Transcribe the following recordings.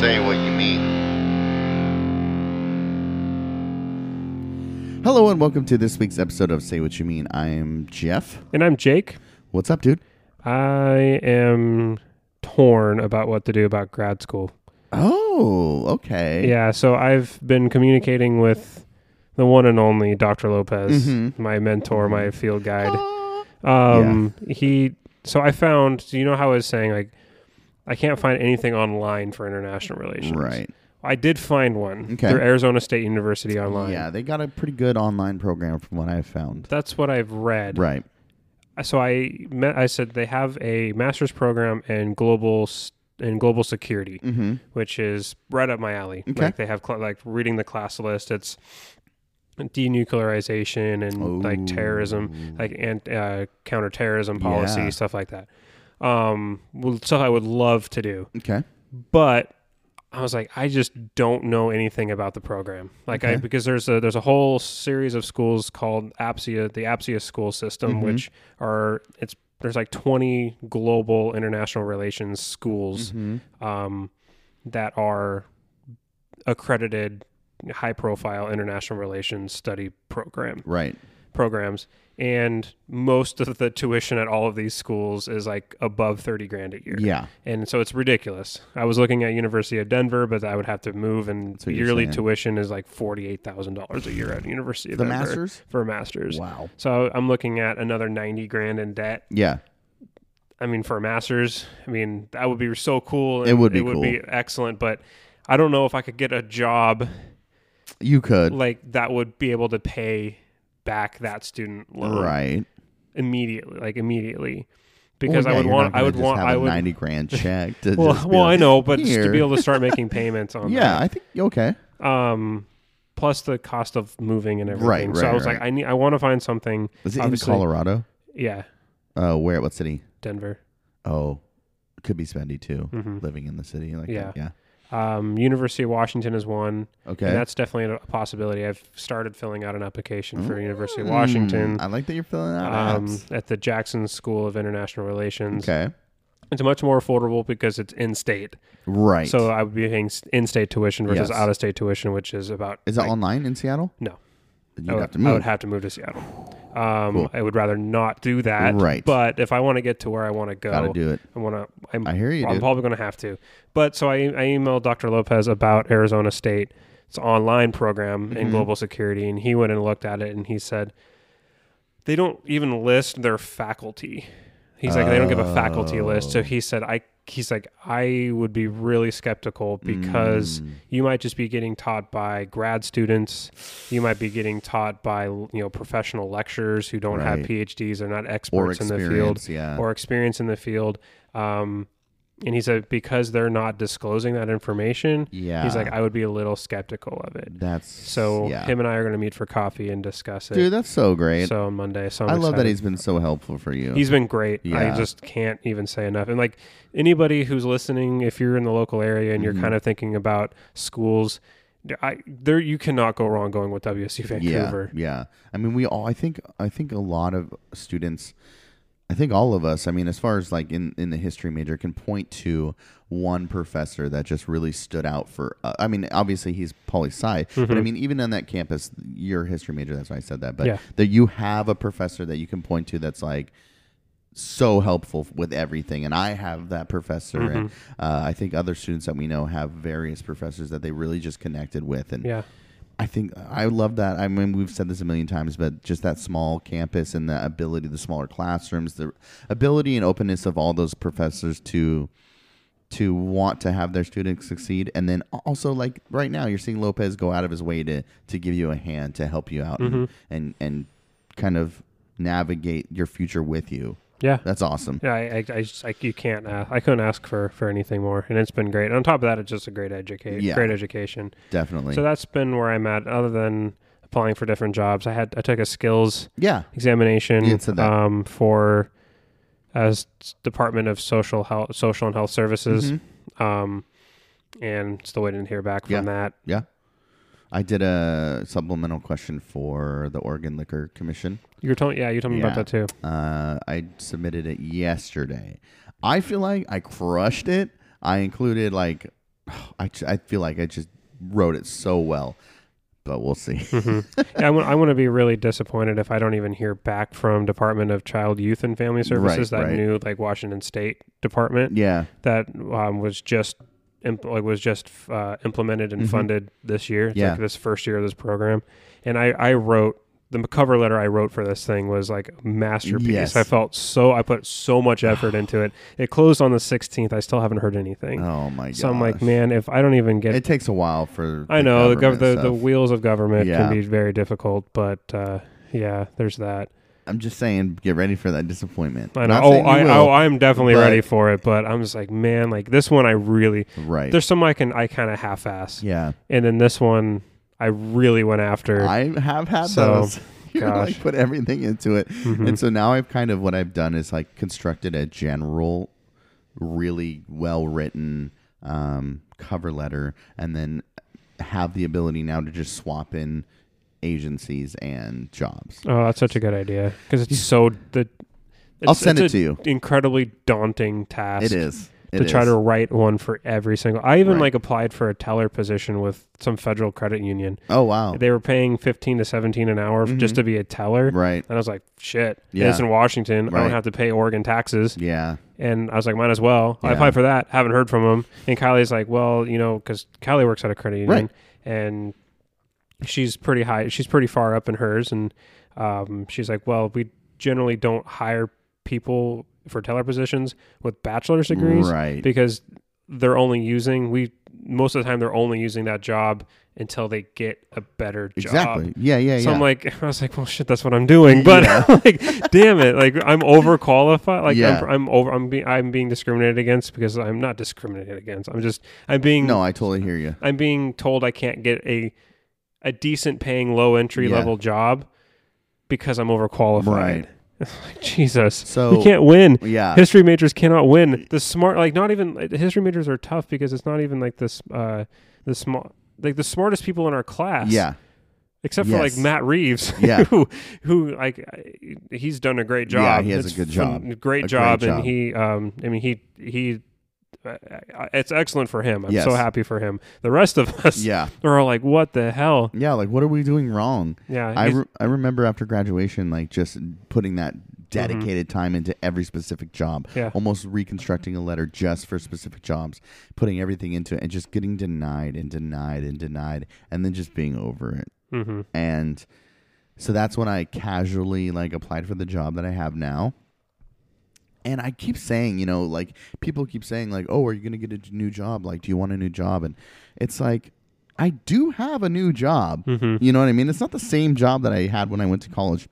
say what you mean. Hello and welcome to this week's episode of Say What You Mean. I am Jeff. And I'm Jake. What's up, dude? I am torn about what to do about grad school. Oh, okay. Yeah, so I've been communicating with the one and only Dr. Lopez, Mhm. my mentor, my field guide. Ah. Um, He, so I found, so you know how I was saying, like, I can't find anything online for international relations. right. I did find one Okay. through Arizona State University online. Yeah, they got a pretty good online program from what I found. That's what I've read. Uh, Right. so I met, I said they have a master's program in global s- in global security, Mhm. which is right up my alley. Okay. Like they have cl- like reading the class list. It's denuclearization and like terrorism, like and uh, counterterrorism policy Yeah. stuff like that. Um, well, stuff I would love to do, Okay. but I was like, I just don't know anything about the program. Like I Okay. because there's a there's a whole series of schools called APSIA, the APSIA school system, Mm-hmm. which are it's there's like 20 global international relations schools Mm-hmm. um, that are accredited high profile international relations study program Right. programs and most of the tuition at all of these schools is like above 30 grand a year Yeah. and so it's ridiculous. I was looking at University of Denver, but I would have to move, and what you're yearly saying. tuition is like forty eight thousand dollars a year at University of The Denver masters? for a masters. Wow. So I'm looking at another ninety grand in debt. Yeah. I mean, for a masters, I mean that would be so cool. and It would be it would cool. be excellent, but I don't know if I could get a job You could. like that would be able to pay back that student loan Right. immediately, like immediately, Well, because yeah, I would you're not want, I gonna would just want, have I a would. ninety grand check. To well, just be well, like, I know, but just to "Here." be able to start making payments on that. Yeah, I think okay. um plus the cost of moving and everything. Right, so I right, was like, right. I need, I want to find something. Is it Obviously- in Colorado? Yeah, Uh, where? What city? Denver. Oh, could be spendy too. Mhm. Living in the city, like Yeah. that. yeah. Um, University of Washington is one, Okay. and that's definitely a possibility. I've started filling out an application for University of Mm, Washington. I like that you're filling out Um, apps. at the Jackson School of International Relations, Okay. it's much more affordable because it's in-state. Right. So I would be paying s- in-state tuition versus Yes. out-of-state tuition, which is about is it online in Seattle? no. You'd I would, have to I move. would have to move to Seattle. Um, Cool. I would rather not do that. Right. But if I want to get to where I want to go, Gotta do it. I want to. I'm, I hear you, I'm dude. probably going to have to. But so I, I emailed Dr. Lopez about Arizona State. It's an online program Mm-hmm. in global security, and he went and looked at it, and he said they don't even list their faculty. He's like they don't give a faculty list. So he said I. He's like I would be really skeptical because Mm. you might just be getting taught by grad students. You might be getting taught by you know professional lecturers who don't have Right. PhDs. They're not Or experts in the field experience, yeah. or experience in the field. Um, and he said because they're not disclosing that information, yeah. he's like, I would be a little skeptical of it. that's So yeah. him and I are going to meet for coffee and discuss it. dude, that's so great. so on Monday, so I'm I love that excited. he's been so helpful for you. He's been great. Yeah. I just can't even say enough. And like anybody who's listening, if you're in the local area and you're Mm-hmm. kind of thinking about schools, I there you cannot go wrong going with WSU Vancouver. Yeah, yeah. I mean, we all. I think. I think a lot of students. I think all of us. I mean, as far as like in in the history major, can point to one professor that just really stood out for. Uh, I mean, obviously he's poli sci, but I mean, even on that campus, your history major. That's why I said that. But Mm-hmm. Yeah. that you have a professor that you can point to that's like so helpful with everything. And I have that professor, and Mm-hmm. uh, I think other students that we know have various professors that they really just connected with. And Yeah. I think I love that. I mean, we've said this a million times, but just that small campus and the ability, the smaller classrooms, the ability and openness of all those professors to to want to have their students succeed, and then also like right now, you're seeing Lopez go out of his way to to give you a hand to help you out Mm-hmm. and, and and kind of navigate your future with you. Yeah. That's awesome. Yeah, I, I, I just like you can't. Uh, I couldn't ask for for anything more, and it's been great. And on top of that, it's just a great education. Yeah. Great education. Definitely. So that's been where I'm at. Other than applying for different jobs, I had I took a skills yeah. examination You said that. um, for as Department of Social Health, Social and Health Services, Mm-hmm. um, and still waiting to hear back from Yeah. that. Yeah. I did a supplemental question for the Oregon Liquor Commission. You were telling, yeah, you told me Yeah. about that too. Uh, I submitted it yesterday. I feel like I crushed it. I included like I, ju- I feel like I just wrote it so well, but we'll see. Mm-hmm. Yeah, I want, I want to be really disappointed if I don't even hear back from Department of Child, Youth, and Family Services, that right. new like Washington State department yeah, that um, was just imp- like was just uh, implemented and funded this year. It's Mm-hmm. Yeah. like this first year of this program, and I I wrote the cover letter I wrote for this thing was like a masterpiece. Yes. I felt so I put so much effort into it. It closed on the 16th. I still haven't heard anything. Oh my god! so I'm like, man, if I don't even get it takes a while for. I know the, gov- government the, the stuff. wheels of government Yeah. can be very difficult, but uh, yeah, there's that. I'm just saying, get ready for that disappointment. I know. Not Oh, saying you I, will, oh, I'm definitely but- ready for it, but I'm just like, man, like this one, I really right. there's some I can I kind of half-ass, yeah, and then this one I really went after. I have had So, those. you gosh. Mm-hmm. like put everything into it, and so now I've kind of what I've done is like constructed a general, really well written um, cover letter, and then have the ability now to just swap in agencies and jobs. oh, that's such a good idea because it's so the. I'll it's- send it's it to a you. Incredibly daunting task. It is It to try is. to write one for every single. I even Right. like applied for a teller position with some federal credit union. Oh Mm-hmm. wow! They were paying fifteen to seventeen an hour f- just to be a teller. Right. And I was like, shit. and Yeah. It's in Washington. I Right. don't have to pay Oregon taxes. Yeah. And I was like, might as well. I Yeah. applied for that. Haven't heard from him. And Kylie's like, well, you know, because Kylie works at a credit union Right. and she's pretty high. She's pretty far up in hers. And um, she's like, well, we generally don't hire people for teller positions with bachelor's degrees Right. because they're only using, we, most of the time, they're only using that job until they get a better job. Exactly. Yeah. Yeah. So yeah. I'm like, I was like, well, shit, that's what I'm doing. But like, damn it, like I'm overqualified. Like Yeah. I'm, I'm over. I'm being I'm being discriminated against because I'm not discriminated against. I'm just I'm being no, I totally hear you. I'm being told I can't get a a decent paying low entry Yeah. level job because I'm overqualified. Right. Like, Jesus. So- you can't win. Yeah. History majors cannot win. The smart, like, not even like, history majors are tough because it's not even like this. Uh, the small, like the smartest people in our class yeah. except for Yes. like Matt Reeves, Yeah. who who like I- he's done a great job. Yeah, he has a It's good phen- job. great A job, great job. and he um, I mean he he. uh, It's excellent for him. I'm Yes. so happy for him. The rest of us Yeah. are all like, "What the hell?" Yeah. Like, what are we doing wrong? Yeah, I, he's- re- I remember after graduation, like just putting that dedicated time into every specific job, Mm-hmm. Yeah. almost reconstructing a letter just for specific jobs, putting everything into it, and just getting denied and denied and denied, and then just being over it. Mhm. And so that's when I casually like applied for the job that I have now. And I keep saying, you know, like people keep saying, like, oh, are you going to get a new job? Like, do you want a new job? And it's like, I do have a new job. You know what I mean? It's not the same job that I had when I went to college.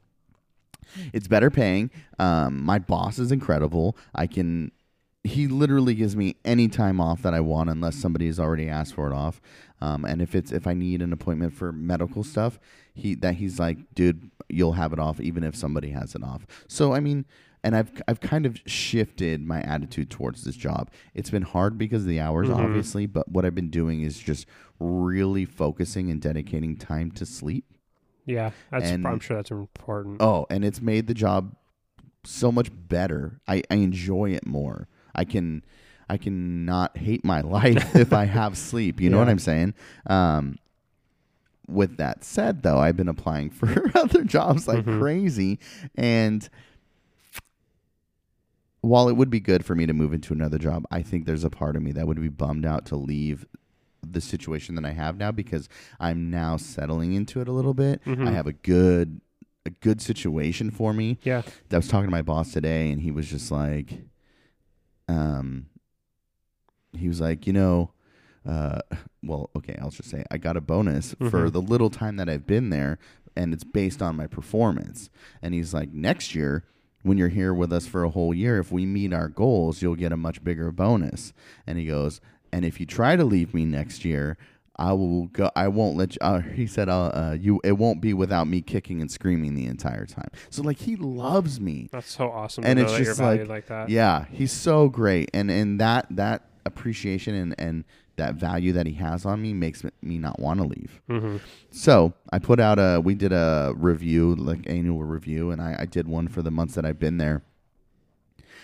It's better paying. Um, my boss is incredible. I can. He literally gives me any time off that I want, unless somebody has already asked for it off. Um, and if it's if I need an appointment for medical stuff, he that he's like, dude, you'll have it off, even if somebody has it off. So I mean, and I've I've kind of shifted my attitude towards this job. It's been hard because of the hours, obviously, but what I've been doing is just really focusing and dedicating time to sleep. yeah, that's And- I'm sure that's important. Oh, and it's made the job so much better. I, I enjoy it more. I can I can not hate my life if I have sleep. You know what Yeah. I'm saying? Um, with that said, though, I've been applying for other jobs like crazy, and while it would be good for me to move into another job, I think there's a part of me that would be bummed out to leave the situation that I have now because I'm now settling into it a little bit. I have a good a good situation for me. Yeah, I was talking to my boss today and he was just like um he was like, you know, uh well, okay, I'll just say I got a bonus for the little time that I've been there and it's based on my performance. And he's like, next year when you're here with us for a whole year, if we meet our goals, you'll get a much bigger bonus. And he goes, and if you try to leave me next year, I will go. I won't let you. Uh, he said, uh, uh, "You. It won't be without me kicking and screaming the entire time." So like he loves me. that's so awesome. And to know it's that just you're like- valued like, that. Yeah, he's so great, and and that that appreciation and and that value that he has on me makes me- me not want to leave. hmm So I put out a we did a review like annual review, and I, I did one for the months that I've been there.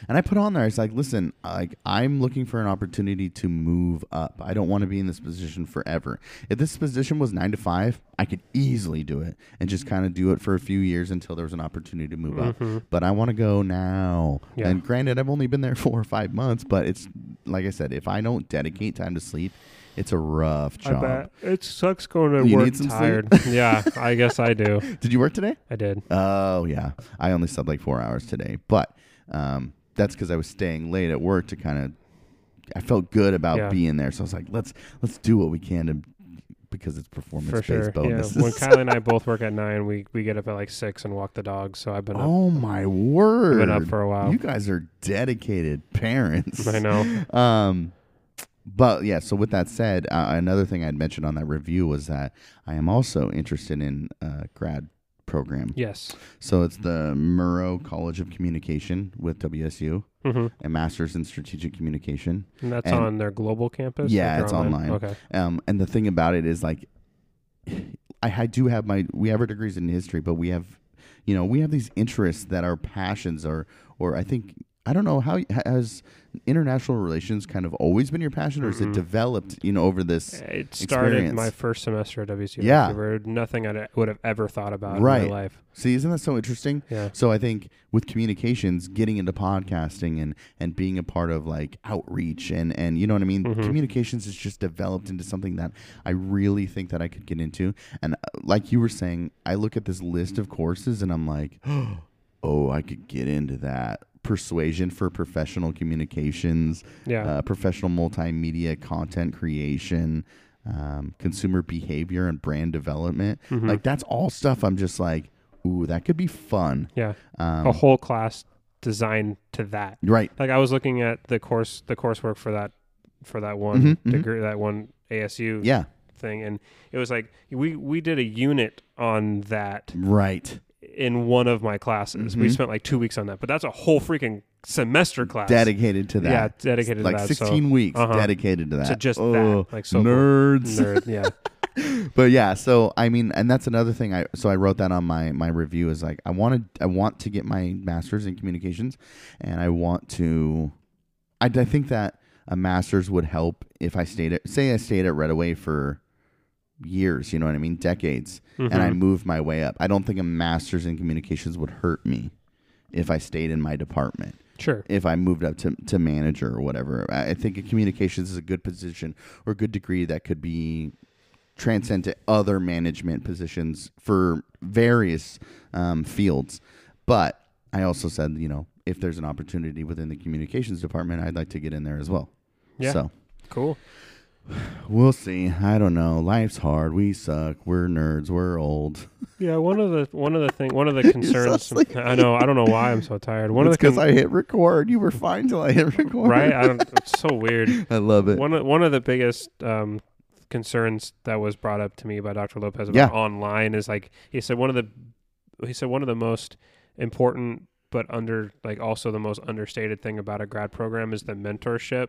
And I put on there, I was like, listen, like I'm looking for an opportunity to move up. I don't want to be in this position forever. If this position was nine to five, I could easily do it and just kind of do it for a few years until there was an opportunity to move up. But I want to go now. Mm-hmm. Yeah. And granted, I've only been there four or five months, but it's like I said, if I don't dedicate time to sleep, it's a rough I job. bet it sucks going to You work need some tired. sleep? yeah, I guess I do. Did you work today? I did. Oh yeah, I only slept like four hours today, but um, that's because I was staying late at work to kind of. I felt good about Yeah. being there, so I was like, let's let's do what we can to because it's performance For based sure. bonuses. Yeah. When Kylie and I both work at nine, we, we get up at like six and walk the dog. So I've been up. oh my word! up for a while. You guys are dedicated parents. I know. Um, but yeah, so with that said, uh, another thing I'd mentioned on that review was that I am also interested in uh, grad program. Yes. So it's the Murrow College of Communication with WSU. hmm a master's in strategic communication. And that's And- on their global campus. Yeah, Like, it's they're online. Okay. Um, and the thing about it is like, I, I do have my we have our degrees in history, but we have, you know, we have these interests that our passions are, or I think I don't know how has international relations kind of always been your passion, or is it Mm-mm. developed, you know, over this? It started Experience. my first semester at WCU. Yeah. Vancouver. Nothing I would have ever thought about Right. in my life. See, isn't that so interesting? Yeah. So I think with communications, getting into podcasting and and being a part of like outreach and and you know what I mean, Mhm. communications is just developed into something that I really think that I could get into. And uh, like you were saying, I look at this list of courses and I'm like, oh, I could get into that. Persuasion for professional communications, Yeah. uh, professional multimedia content creation, um, consumer behavior and brand development. Mhm. Like that's all stuff I'm just like, ooh, that could be fun. yeah. Um, a whole class designed to that. Right. Like I was looking at the course, the coursework for that, for that one Mhm, mhm. degree, that one ASU Yeah. thing, and it was like we we did a unit on that Right. in one of my classes. We Mhm. spent like two weeks on that, but that's a whole freaking semester class. Dedicated to that. Yeah, dedicated like to that. 16 so, weeks uh-huh. dedicated to that. To just Oh, that, like so cool. nerds. nerd. Yeah, but yeah, so I mean, and that's another thing. I so I wrote that on my my review is like I wanted I want to get my master's in communications, and I want to, I, I think that a master's would help if I stayed at say I stayed at Redaway for years, you know what I mean, decades, Mm-hmm. and I moved my way up. I don't think a master's in communications would hurt me if I stayed in my department sure. if I moved up to, to manager or whatever. I I think a communications is a good position or a good degree that could be transcend to other management positions for various um, fields. But I also said, you know, if there's an opportunity within the communications department, I'd like to get in there as well. Yeah. So Cool. we'll see. I don't know. Life's hard. We suck. We're nerds. We're old. Yeah, one of the one of the thing one of the concerns. sleepy. I know. I don't know why I'm so tired. One it's of the because con- I hit record. You were fine till I hit record. right. I don't. It's so weird. I love it. one of one of the biggest um, concerns that was brought up to me by Dr. Lopez about Yeah. online is like he said one of the he said one of the most important but under like also the most understated thing about a grad program is the mentorship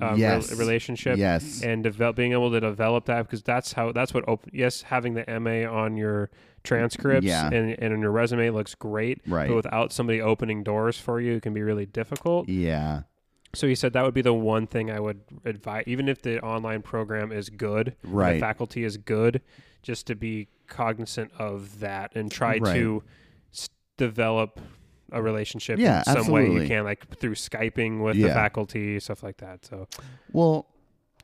um, rel- Yes. relationship Yes. and develop being able to develop that because that's how that's what op- yes having the MA on your transcripts Yeah. and, and on your resume looks great Right. but without somebody opening doors for you it can be really difficult Yeah. so he said that would be the one thing I would advise, even if the online program is good, and Right. The faculty is good, just to be cognizant of that and try Right. to s- develop a relationship Yeah, in some way absolutely. you can, like through skyping with the Yeah. faculty, stuff like that. So Well,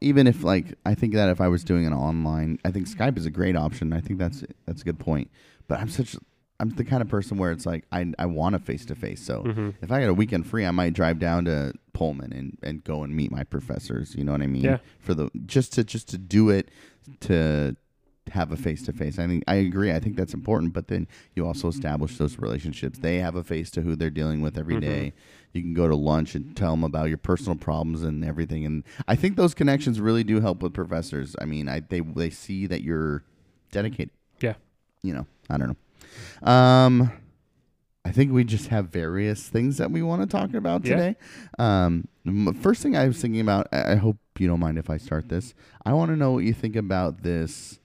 even if like I think that if I was doing an online, I think Skype is a great option. I think that's that's a good point. But I'm such I'm the kind of person where it's like I I want a face to face. So Mhm. if I got a weekend free, I might drive down to Pullman and and go and meet my professors. You know what I mean? Yeah. For the just to just to do it to have a face to face. I think I agree. I think that's important. But then you also establish those relationships. They have a face to who they're dealing with every Mhm. day. You can go to lunch and tell them about your personal problems and everything. And I think those connections really do help with professors. I mean, I they they see that you're dedicated. Yeah. You know, I don't know. Um, I think we just have various things that we want to talk about Yeah. today. Um, m- first thing I was thinking about, I I hope you don't mind if I start this. I want to know what you think about this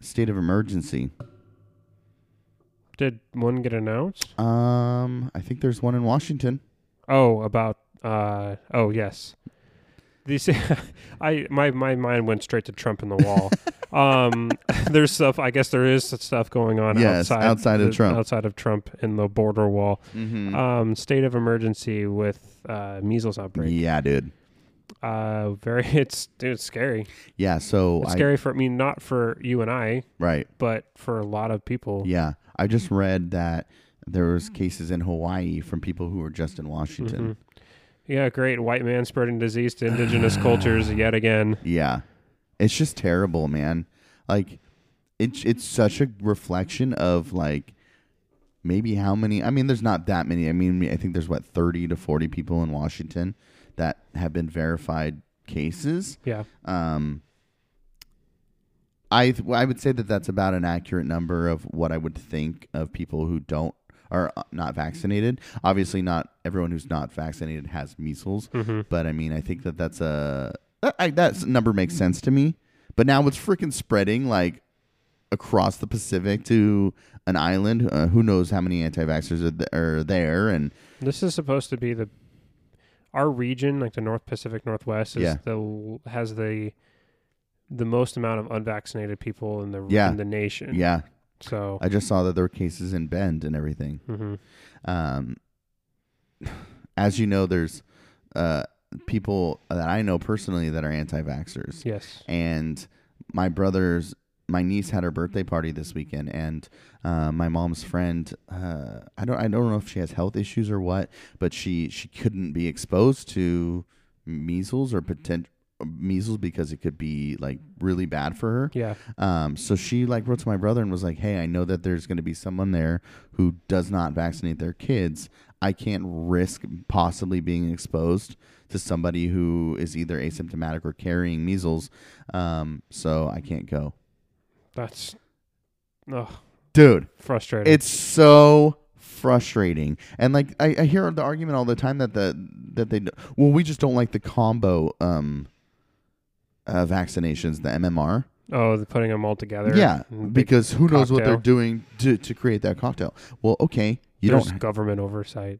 state of emergency. did one get announced? Um, I think there's one in Washington. oh about uh, oh yes. These, I my my mind went straight to Trump in the wall. um, there's stuff. I guess there is stuff going on Yes, outside outside of the- Trump. outside of Trump in the border wall. Mm-hmm. Um, state of emergency with uh, measles outbreak. yeah, dude. Uh, very. It's dude, it's scary. Yeah. So It's I scary for I mean, not for you and I, right. but for a lot of people. Yeah, I just read that there was cases in Hawaii from people who were just in Washington. Mm-hmm. Yeah, great white man spreading disease to indigenous cultures yet again. Yeah, it's just terrible, man. Like, it's it's such a reflection of like maybe how many. I mean, there's not that many. I mean, I think there's what thirty to forty people in Washington that have been verified cases. Yeah, Um, I th- well, I would say that that's about an accurate number of what I would think of people who don't are uh, not vaccinated. Obviously, not everyone who's not vaccinated has measles, mm-hmm. but I mean, I think that that's a that, I, that number makes sense to me. But now it's freaking spreading like across the Pacific to an island. Uh, who knows how many anti-vaxxers are, th- are there? And this is supposed to be the our region, like the North Pacific Northwest, is Yeah. the has the the most amount of unvaccinated people in the Yeah. in the nation. yeah, So I just saw that there were cases in Bend and everything. mhm. um, as you know, there's uh, people that I know personally that are anti-vaxxers, yes, and my brother's my niece had her birthday party this weekend, and uh, my mom's friend uh, I don't I don't know if she has health issues or what, but she she couldn't be exposed to measles or potential measles because it could be like really bad for her. yeah, Um, so she like wrote to my brother and was like, "Hey, I know that there's going to be someone there who does not vaccinate their kids. I can't risk possibly being exposed to somebody who is either asymptomatic or carrying measles. Um, so I can't go, that's oh, dude. frustrating. It's so frustrating. And like I, I hear the argument all the time that the that they well we just don't like the combo um uh, vaccinations, the MMR. oh, the putting them all together. Yeah, and big- because who knows what they're cocktail. doing to, to create that cocktail. Well, okay, you there's don't, government oversight.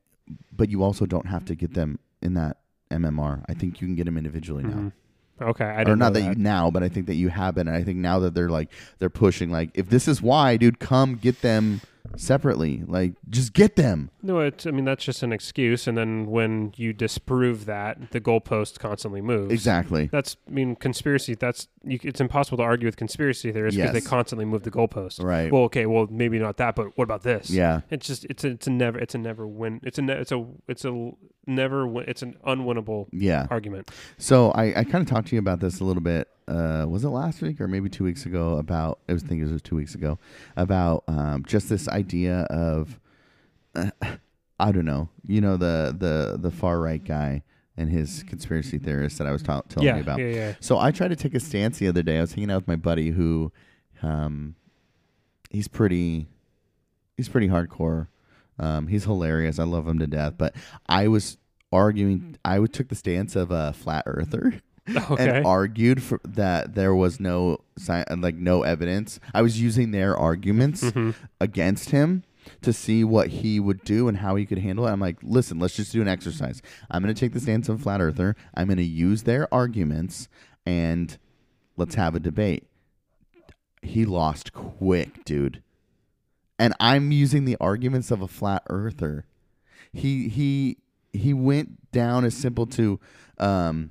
but you also don't have to get them in that MMR. I think you can get them individually now, Mhm. Okay, I or don't know not that. you now, but I think that you have been. And I think now that they're like they're pushing, like if this is why, dude, come get them separately. Like just get them. No, it's. I mean, that's just an excuse. And then when you disprove that, the goalpost constantly moves. Exactly. That's. I mean, conspiracy. That's. You, it's impossible to argue with conspiracy theories because they Yes. constantly move the goalpost. Right. Well, okay. Well, maybe not that, but what about this? yeah. It's just. It's a. It's a never. It's a never win. It's a. Ne- it's a. It's a never. Win, it's an unwinnable Yeah. argument. So I, I kind of talked to you about this a little bit. Uh, was it last week or maybe two weeks ago? About I was thinking it was two weeks ago about um, just this idea of I don't know. You know the the the far right guy and his conspiracy theorists that I was ta- telling Yeah, you about. yeah. Yeah. So I tried to take a stance the other day. I was hanging out with my buddy who, um, he's pretty, he's pretty hardcore. Um, he's hilarious. I love him to death. But I was arguing. I would took the stance of a flat earther Okay. and argued for, that there was no sci- like no evidence. I was using their arguments Hmm. Mm-hmm. against him to see what he would do and how he could handle it. I'm like, listen, let's just do an exercise. I'm going to take the stance of flat earther. I'm going to use their arguments and let's have a debate. He lost quick, dude. And I'm using the arguments of a flat earther. He he he went down as simple to um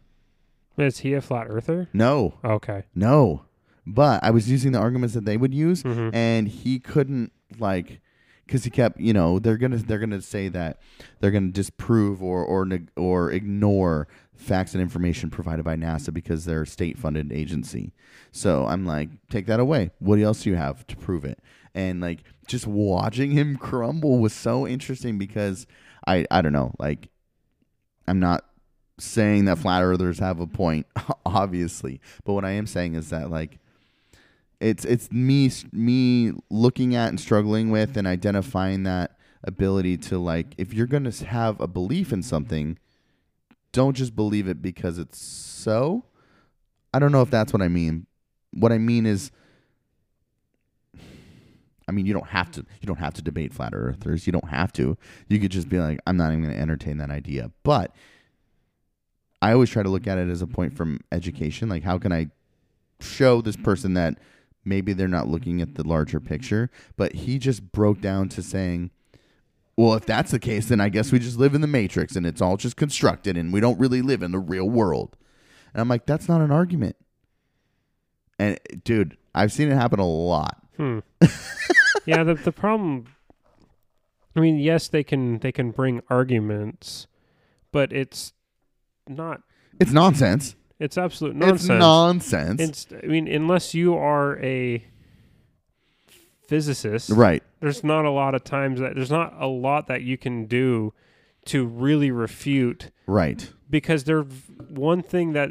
Is he a flat earther? no, Okay. no. But I was using the arguments that they would use and he couldn't like cuz he kept, you know, they're going to they're going to say that they're going to disprove or or neg- or ignore facts and information provided by NASA because they're a state-funded agency. So I'm like, take that away. What else do you have to prove it? And like just watching him crumble was so interesting because I I don't know, like I'm not saying that flat earthers have a point, obviously. But what I am saying is that like it's it's me me looking at and struggling with and identifying that ability to like if you're going to have a belief in something, don't just believe it because it's so. I don't know if that's what I mean. What I mean is I mean, you don't have to. You don't have to debate flat earthers. You don't have to. You could just be like, I'm not even going to entertain that idea. But I always try to look at it as a point from education. Like, how can I show this person that maybe they're not looking at the larger picture? But he just broke down to saying, well, if that's the case, then I guess we just live in the matrix and it's all just constructed and we don't really live in the real world. And I'm like, that's not an argument. And dude, I've seen it happen a lot. Hmm. yeah, the the problem. I mean, yes, they can they can bring arguments, but it's not. It's nonsense. It's absolute nonsense. It's nonsense. It's, I mean, unless you are a physicist, right. there's not a lot of times that there's not a lot that you can do to really refute Right. because they're one thing that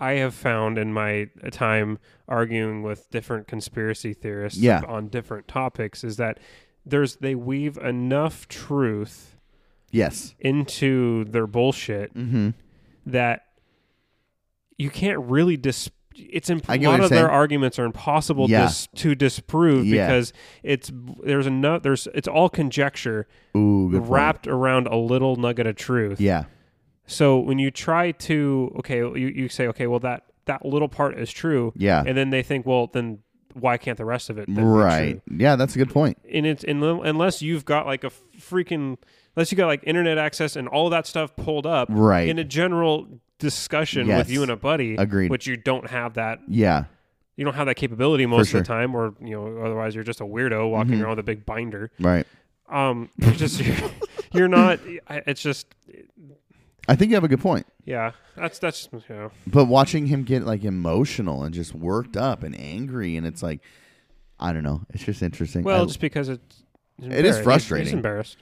I have found in my time arguing with different conspiracy theorists Yeah. on different topics is that there's they weave enough truth Yes. into their bullshit Mm-hmm. that you can't really dis. It's imp- I a get what lot you're of their saying. arguments are impossible Yeah. dis- to disprove Yeah. because it's there's enough there's it's all conjecture Ooh, good point. wrapped around a little nugget of truth. Yeah. So when you try to okay, you, you say okay, well that that little part is true, Yeah. and then they think, well, then why can't the rest of it then be true? right. Yeah, that's a good point. And it's and unless you've got like a freaking unless you got like internet access and all that stuff pulled up, Right. In a general discussion Yes. with you and a buddy, Agreed. Which you don't have that Yeah. you don't have that capability most sure. Mm-hmm. of the time, or you know otherwise you're just a weirdo walking around with a big binder. Right. Um, you're just you're not. I- It's just I think you have a good point. yeah. That's that's you know. But watching him get like emotional and just worked up and angry, and it's like, I don't know. It's just interesting. Well, I- just because it's It it's is embarrassing. frustrating. He's embarrassed.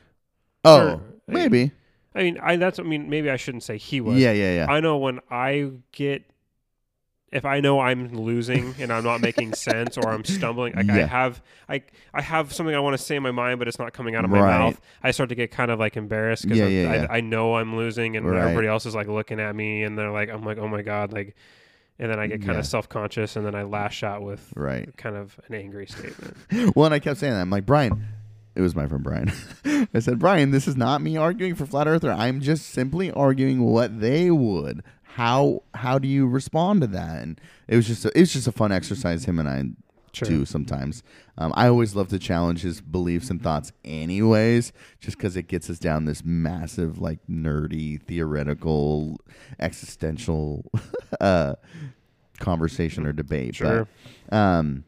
oh, or- maybe. I mean, I that's I mean, maybe I shouldn't say he was. Yeah, yeah, yeah. I know when I get if I know I'm losing and I'm not making sense or I'm stumbling, like I Yeah. have I I have something I want to say in my mind, but it's not coming out of my Right. mouth. I start to get kind of like embarrassed because Yeah, yeah, yeah. I, I know I'm losing and Right. everybody else is like looking at me and they're like, I'm like, oh my god, like, and then I get kind Yeah. of self conscious and then I lash out with right. kind of an angry statement. Well, and I kept saying that. I'm like, Brian, it was my friend Brian. I said, Brian, this is not me arguing for flat earther. I'm just simply arguing what they would. How how do you respond to that? And it was just a, it was just a fun exercise him and I Sure. do sometimes. Um, I always love to challenge his beliefs and thoughts, anyways, just because it gets us down this massive like nerdy theoretical existential uh, conversation or debate. Sure. But, um,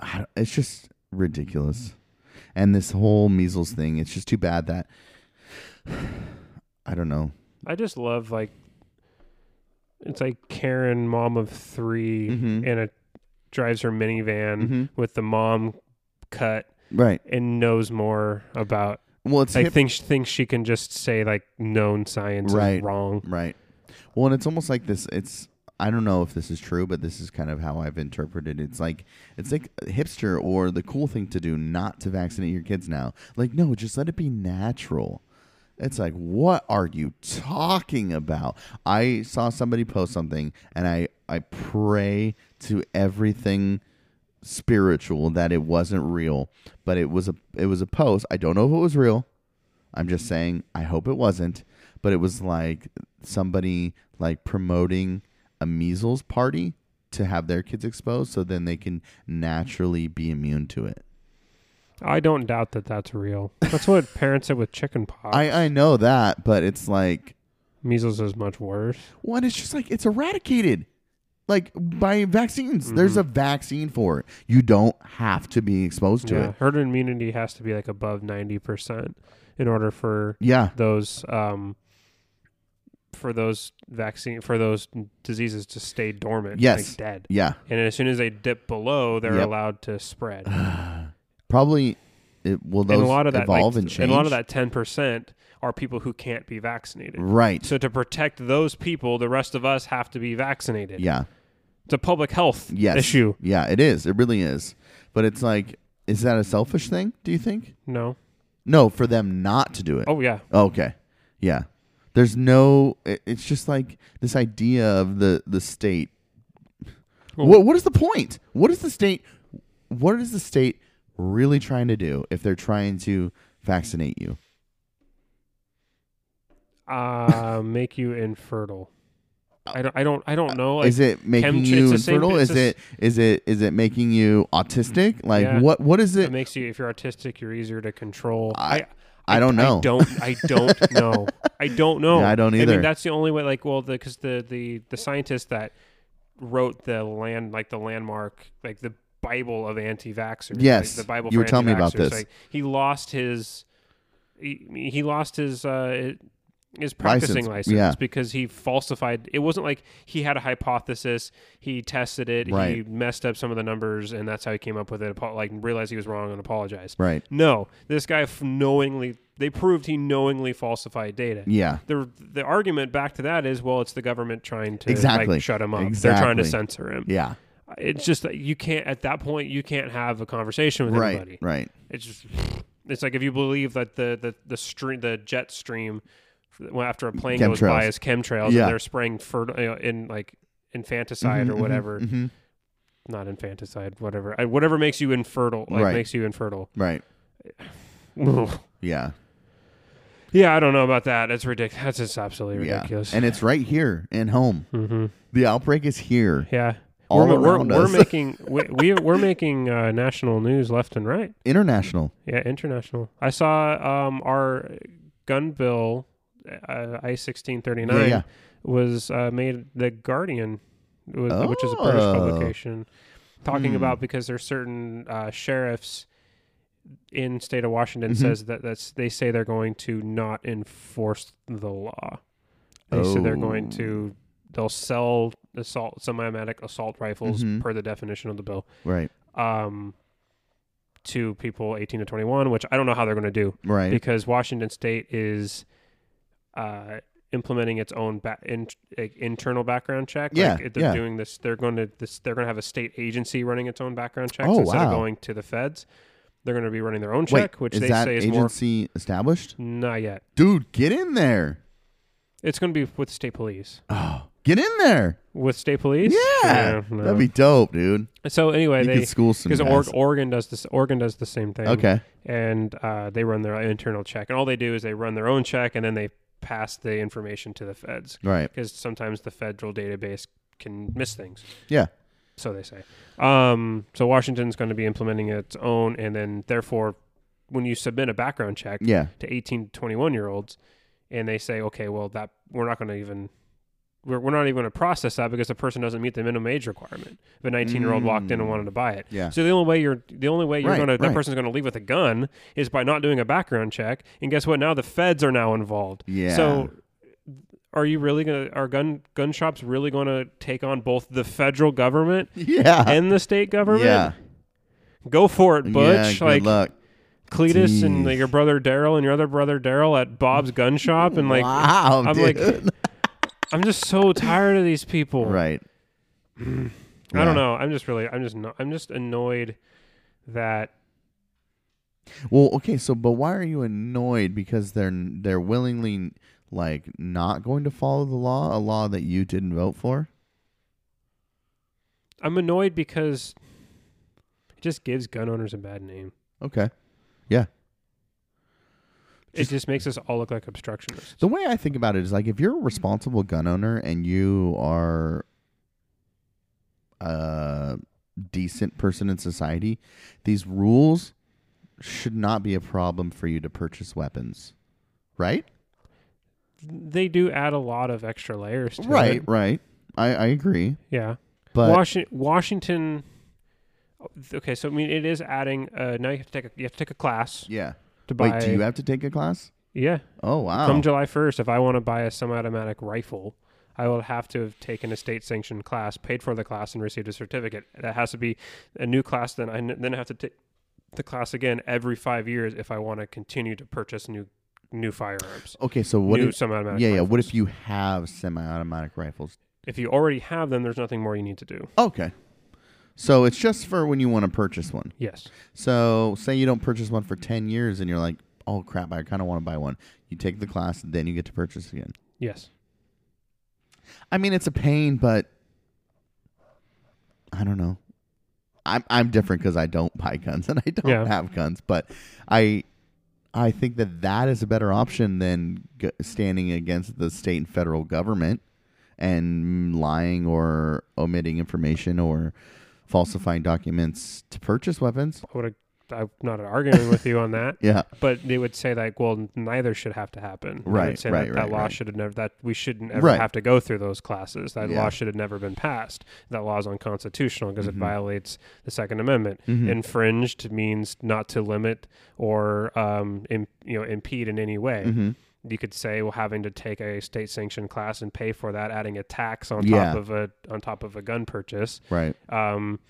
I don't- it's just ridiculous. And this whole measles thing, it's just too bad that I don't know. I just love like it's like Karen, mom of 3 Mhm. and it drives her minivan Mhm. with the mom cut Right. and knows more about Well, it's like hip- thinks thinks she can just say like known science Right. is wrong. Right. Well, and it's almost like this. It's I don't know if this is true, but this is kind of how I've interpreted. it. It's like it's like a hipster or the cool thing to do not to vaccinate your kids now. Like no, just let it be natural. It's like what are you talking about? I saw somebody post something, and I I pray to everything spiritual that it wasn't real, but it was a it was a post. I don't know if it was real. I'm just saying I hope it wasn't, but it was like somebody like promoting a measles party to have their kids exposed so then they can naturally be immune to it. I don't doubt that that's real. That's what parents said with chicken pox. I uh, I know that, but it's like Measles is much worse. what it's just like it's eradicated. Like by vaccines, there's Mm-hmm. a vaccine for it. You don't have to be exposed to yeah, it. herd immunity has to be like above 90% in order for Yeah. those um for those vaccine for those diseases to stay dormant Yes. like dead Yeah. and as soon as they dip below they're Yep. allowed to spread Probably it will those and a lot of that evolve like, and change. a lot of that 10% are people who can't be vaccinated Right. so to protect those people the rest of us have to be vaccinated yeah. it's a public health yes. issue Yeah, it is. It really is. But it's like, is that a selfish thing? Do you think? no No, for them not to do it. oh yeah Okay. Yeah. There's no. it- It's just like this idea of the the state. Well- what what is the point? What is the state? what is the state really trying to do if they're trying to vaccinate you? Uh, make you infertile. I don't. I don't. I don't know. Like, Uh, is it making chem- you it's the same- infertile? it's Is the s- it is it is it making you autistic? Like Yeah. what what is it it? makes you if you're autistic, you're easier to control. I- I don't know. I don't. I don't know. I don't know. Yeah, I don't I either. mean, that's the only way. Like, well, because the, the the scientist that wrote the land, like the landmark, like the Bible of anti-vaxxers. like, Yes. the Bible. You for were telling me about anti-vaxxers, this. Like, he lost his. He, he lost his uh, his practicing License, license, yeah. because he falsified. It wasn't like he had a hypothesis. He tested it. He Right. messed up some of the numbers, and that's how he came up with it. apo- Like realized he was wrong and apologized. Right. No, this guy f- knowingly. They proved he knowingly falsified data. Yeah. The the argument back to that is, well, it's the government trying to Exactly. like, shut him up. They're trying to Exactly. censor him. Yeah. It's just that you can't at that point you can't have a conversation with Right. anybody. Right. It's just it's like if you believe that the the the stream the jet stream well, after a plane goes by Chemtrails. is chemtrails Yeah. and they're spraying fertil- you know, in like infanticide Mhm, or mhm, whatever. mhm. Not infanticide, whatever. I, whatever makes you infertile, like Right. makes you infertile. Right. Yeah. Yeah, I don't know about that. It's ridiculous. That's just absolutely Yeah. ridiculous. And it's right here in home. hmm The outbreak is here. Yeah, All we're, we're, around we're us. making we, we we're making uh, national news left and right. International. Yeah, international. I saw um, our gun bill, uh, I sixteen thirty Yeah, nine, yeah. was uh, made the Guardian, was, which is a British Oh. publication, talking Hmm. about because there's certain uh, sheriffs in state of Washington Mhm. says that that's they say they're going to not enforce the law. They said they're going Oh. to they'll sell assault semi-automatic assault rifles Mhm. per the definition of the bill Right. um, to people 18 to 21, which I don't know how they're going to do Right. because Washington State is uh, implementing its own ba- in- like, internal background check. Yeah, like, they're yeah. doing this. They're going to this. They're going to have a state agency running its own background checks Oh, instead of wow. going to the feds. They're going to be running their own Wait, check, which is they that say is more agency established? not yet. Dude, get in there. It's going to be with state police. Oh, get in there. With state police, Yeah, no. that'd be dope, dude. so. Anyway, You they could school some because guys. Oregon does this. Oregon does the same thing. Okay, and uh, they run their internal check. And all they do is they run their own check and then they pass the information to the feds right. because sometimes the federal database can miss things. Yeah. So they say. Um, so Washington's going to be implementing its own, and then therefore, when you submit a background check Yeah, to 18 to 21 year olds, and they say, okay, well that we're not going to even. We're, we're not even going to process that because the person doesn't meet the minimum age requirement. If a 19 year old walked in and Mm. wanted to buy it, yeah. so the only way you're the only way you're Right, gonna that right. person's gonna leave with a gun is by not doing a background check. And guess what? Now the feds are now involved. Yeah. So are you really gonna are gun gun shops really gonna take on both the federal government yeah. and the state government? Uh-huh. yeah. Go for it, yeah, Butch. good like luck. Cletus and Jeez. like, your brother Daryl and your other brother Daryl at Bob's gun shop and like wow, I'm like- dude. I'm just so tired of these people. right. I Yeah. don't know. I'm just really I'm just no, I'm just annoyed that Well, okay. So, but why are you annoyed? Because they're they're willingly like not going to follow the law, a law that you didn't vote for. I'm annoyed because it just gives gun owners a bad name. Okay. it just makes us all look like obstructionists. The way I think about it is like if you're a responsible gun owner and you are a decent person in society, these rules should not be a problem for you to purchase weapons. Right? They do add a lot of extra layers to Right, it. right. I, I agree. Yeah. But Washington, Washington oh, Okay, so I mean it is adding uh now you have to take a, you have to take a class yeah. to buy Wait, do you have to take a class? Yeah. Oh wow. Come July 1st if I want to buy a semi-automatic rifle, I will have to have taken a state-sanctioned class, paid for the class and received a certificate. That has to be a new class then I n- then I have to take the class again every 5 years if I want to continue to purchase new new firearms. okay, so what new if semi-automatic. Yeah, yeah. rifles. What if you have semi automatic rifles? If you already have them, there's nothing more you need to do. Okay. So it's just for when you want to purchase one. Yes. So, say you don't purchase one for 10 years and you're like, oh crap, I kind of want to buy one. You take the class, then you get to purchase again. Yes. I mean, it's a pain, but I don't know. I'm I'm different because I don't buy guns and I don't Yeah. have guns, but I I think that that is a better option than g- standing against the state and federal government and lying or omitting information or falsifying documents to purchase weapons. I would I'm not arguing with you on that, Yeah, but they would say like, well, neither should have to happen. They would Right, say right, that, right, That law right. should have never that we shouldn't ever Right. have to go through those classes. That Yeah. law should have never been passed. That law is unconstitutional because Mhm. it violates the Second Amendment. Mhm. Infringed means not to limit or um, im- you know impede in any way. Mhm. You could say, well, having to take a state sanctioned class and pay for that, adding a tax on Yeah. top of a on top of a gun purchase Mm-hmm. right. um,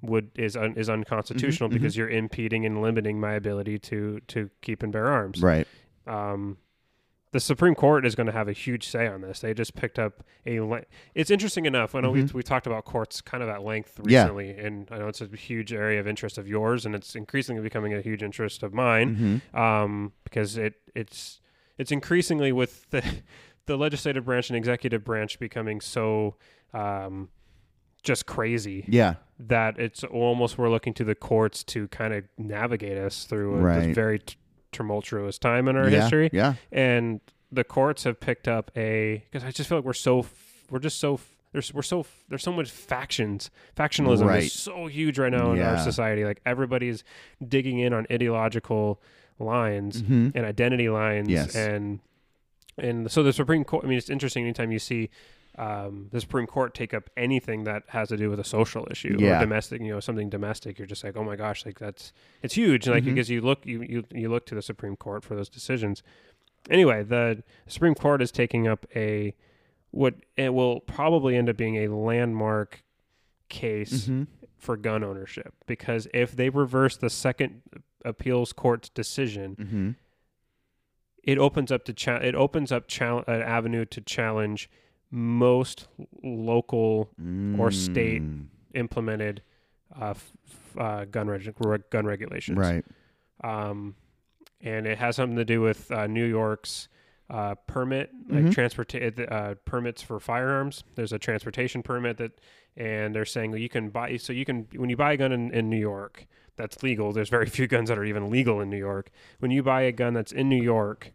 would is un, is unconstitutional Mm-hmm, because you're impeding and limiting my ability to to keep and bear arms. Right. Um, the Supreme Court is going to have a huge say on this. They just picked up a. Le- it's interesting enough. I know we, Mhm. we talked about courts kind of at length Yeah. recently, and I know it's a huge area of interest of yours, and it's increasingly becoming a huge interest of mine Mhm. um, because it it's it's increasingly with the the legislative branch and executive branch becoming so um, just crazy Yeah. that it's almost we're looking to the courts to kind of navigate us through a, Right. this very t- tumultuous time in our yeah. history Yeah. and the courts have picked up a because i just feel like we're so f- we're just so f- there's we're so f- there's so much factions factionalism Right. is so huge right now in our Yeah. society like everybody's digging in on ideological lines Mhm. and identity lines Yes. and and so the supreme court i mean it's interesting anytime you see um, the supreme court take up anything that has to do with a social issue Yeah. or domestic you know something domestic you're just like oh my gosh like that's it's huge and like Mhm. because you look you, you you look to the supreme court for those decisions anyway the supreme court is taking up a what it will probably end up being a landmark case Mhm. for gun ownership because if they reverse the second appeals court's decision Mhm. it opens up to cha- it opens up chal- an avenue to challenge most local Or state Mm. implemented uh, f- f- uh, gun reg- re- gun regulations. Right. Um, and it has something to do with uh, New York's uh, permit, Mhm. like transport uh, permits for firearms. There's a transportation permit that, and they're saying you can buy. So you can when you buy a gun in, in New York, that's legal. There's very few guns that are even legal in New York. When you buy a gun that's in New York,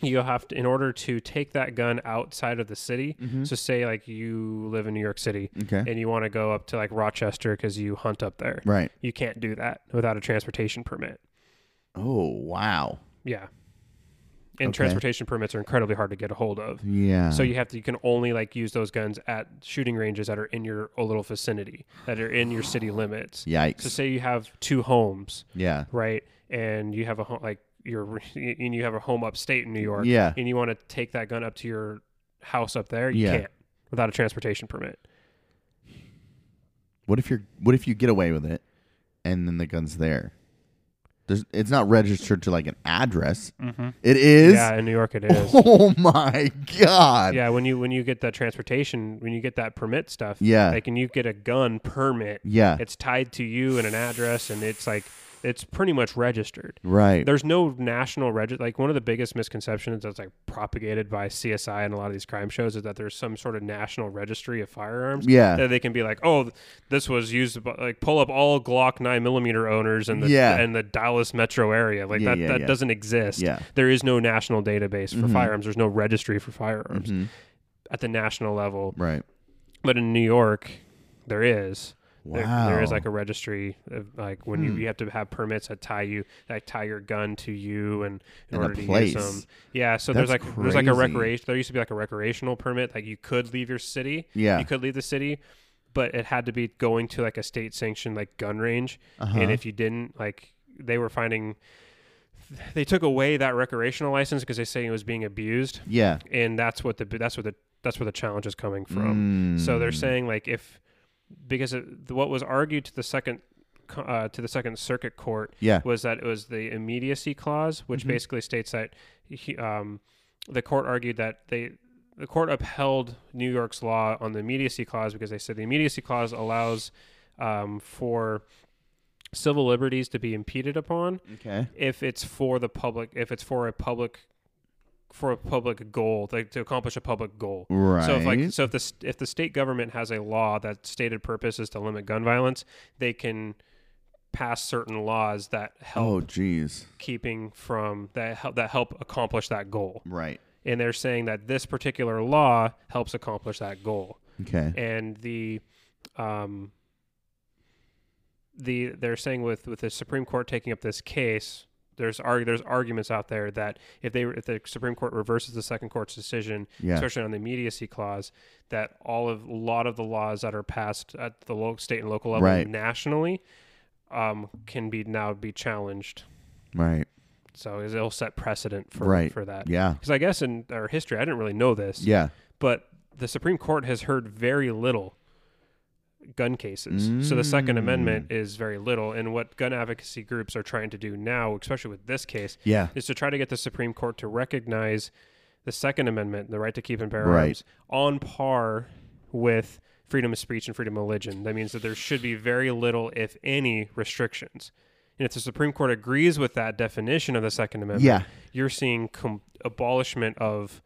you'll have to in order to take that gun outside of the city. Mhm. So say like you live in New York City Okay. and you want to go up to like Rochester because you hunt up there. Right. You can't do that without a transportation permit. Oh wow. Yeah. And Okay. transportation permits are incredibly hard to get a hold of. Yeah. So you have to you can only like use those guns at shooting ranges that are in your little vicinity, that are in your city limits. Yikes. So say you have two homes, yeah. right? And you have a home like your and you have a home upstate in New York Yeah. and you want to take that gun up to your house up there, you Yeah. can't without a transportation permit. What if you're what if you get away with it and then the gun's there? There's it's not registered to like an address. Mm-hmm. It is Yeah, in New York it is. Oh my god. yeah, when you when you get that transportation, when you get that permit stuff, Yeah. like and you get a gun permit, Yeah. it's tied to you and an address, and it's like it's pretty much registered. right. There's no national register. Like one of the biggest misconceptions that's like propagated by CSI and a lot of these crime shows is that there's some sort of national registry of firearms. Yeah. That they can be like, oh, th- this was used. By, like, pull up all Glock nine millimeter owners in the Yeah. and the Dallas metro area. Like Yeah, that yeah, that yeah. doesn't exist. Yeah. There is no national database for Mhm. firearms. There's no registry for firearms Mhm. at the national level, Right. but in New York, there is. Wow. There, there is like a registry of like when you, Hmm. you have to have permits that tie you that tie your gun to you and in And a order to place. use them. Yeah, so there's like That's there's like a crazy. recreation. There used to be like a recreational permit like you could leave your city. Yeah. You could leave the city, but it had to be going to like a state sanctioned like gun range, Uh-huh. and if you didn't like they were finding they took away that recreational license because they say it was being abused yeah. and that's what the that's what the that's where the challenge is coming from. So they're Mm. saying like if because it, what was argued to the second co- uh, to the second circuit court Yeah. was that it was the immediacy clause, which Mhm. basically states that he, um, the court argued that they the court upheld New York's law on the immediacy clause because they said the immediacy clause allows um, for civil liberties to be impeded upon Okay. if it's for the public if it's for a public for a public goal, like to accomplish a public goal. Right. So if like so if the st- if the state government has a law that stated purpose is to limit gun violence, they can pass certain laws that help oh, geez. keeping from that help that help accomplish that goal. Right. And they're saying that this particular law helps accomplish that goal. Okay. And the um the they're saying with with the Supreme Court taking up this case, there's arg- there's arguments out there that if they if the Supreme Court reverses the second court's decision, Yeah. especially on the immediacy clause, that all of a lot of the laws that are passed at the local state and local level Right. nationally um, can be now be challenged. Right. So it'll set precedent for Right. for that. Yeah. Because I guess in our history, I didn't really know this, Yeah. but the Supreme Court has heard very little gun cases. So the Second Mm. Amendment is very little. And what gun advocacy groups are trying to do now, especially with this case, Yeah. is to try to get the Supreme Court to recognize the Second Amendment, the right to keep and bear Right. arms, on par with freedom of speech and freedom of religion. That means that there should be very little, if any, restrictions. And if the Supreme Court agrees with that definition of the Second Amendment, Yeah. you're seeing com- abolishment of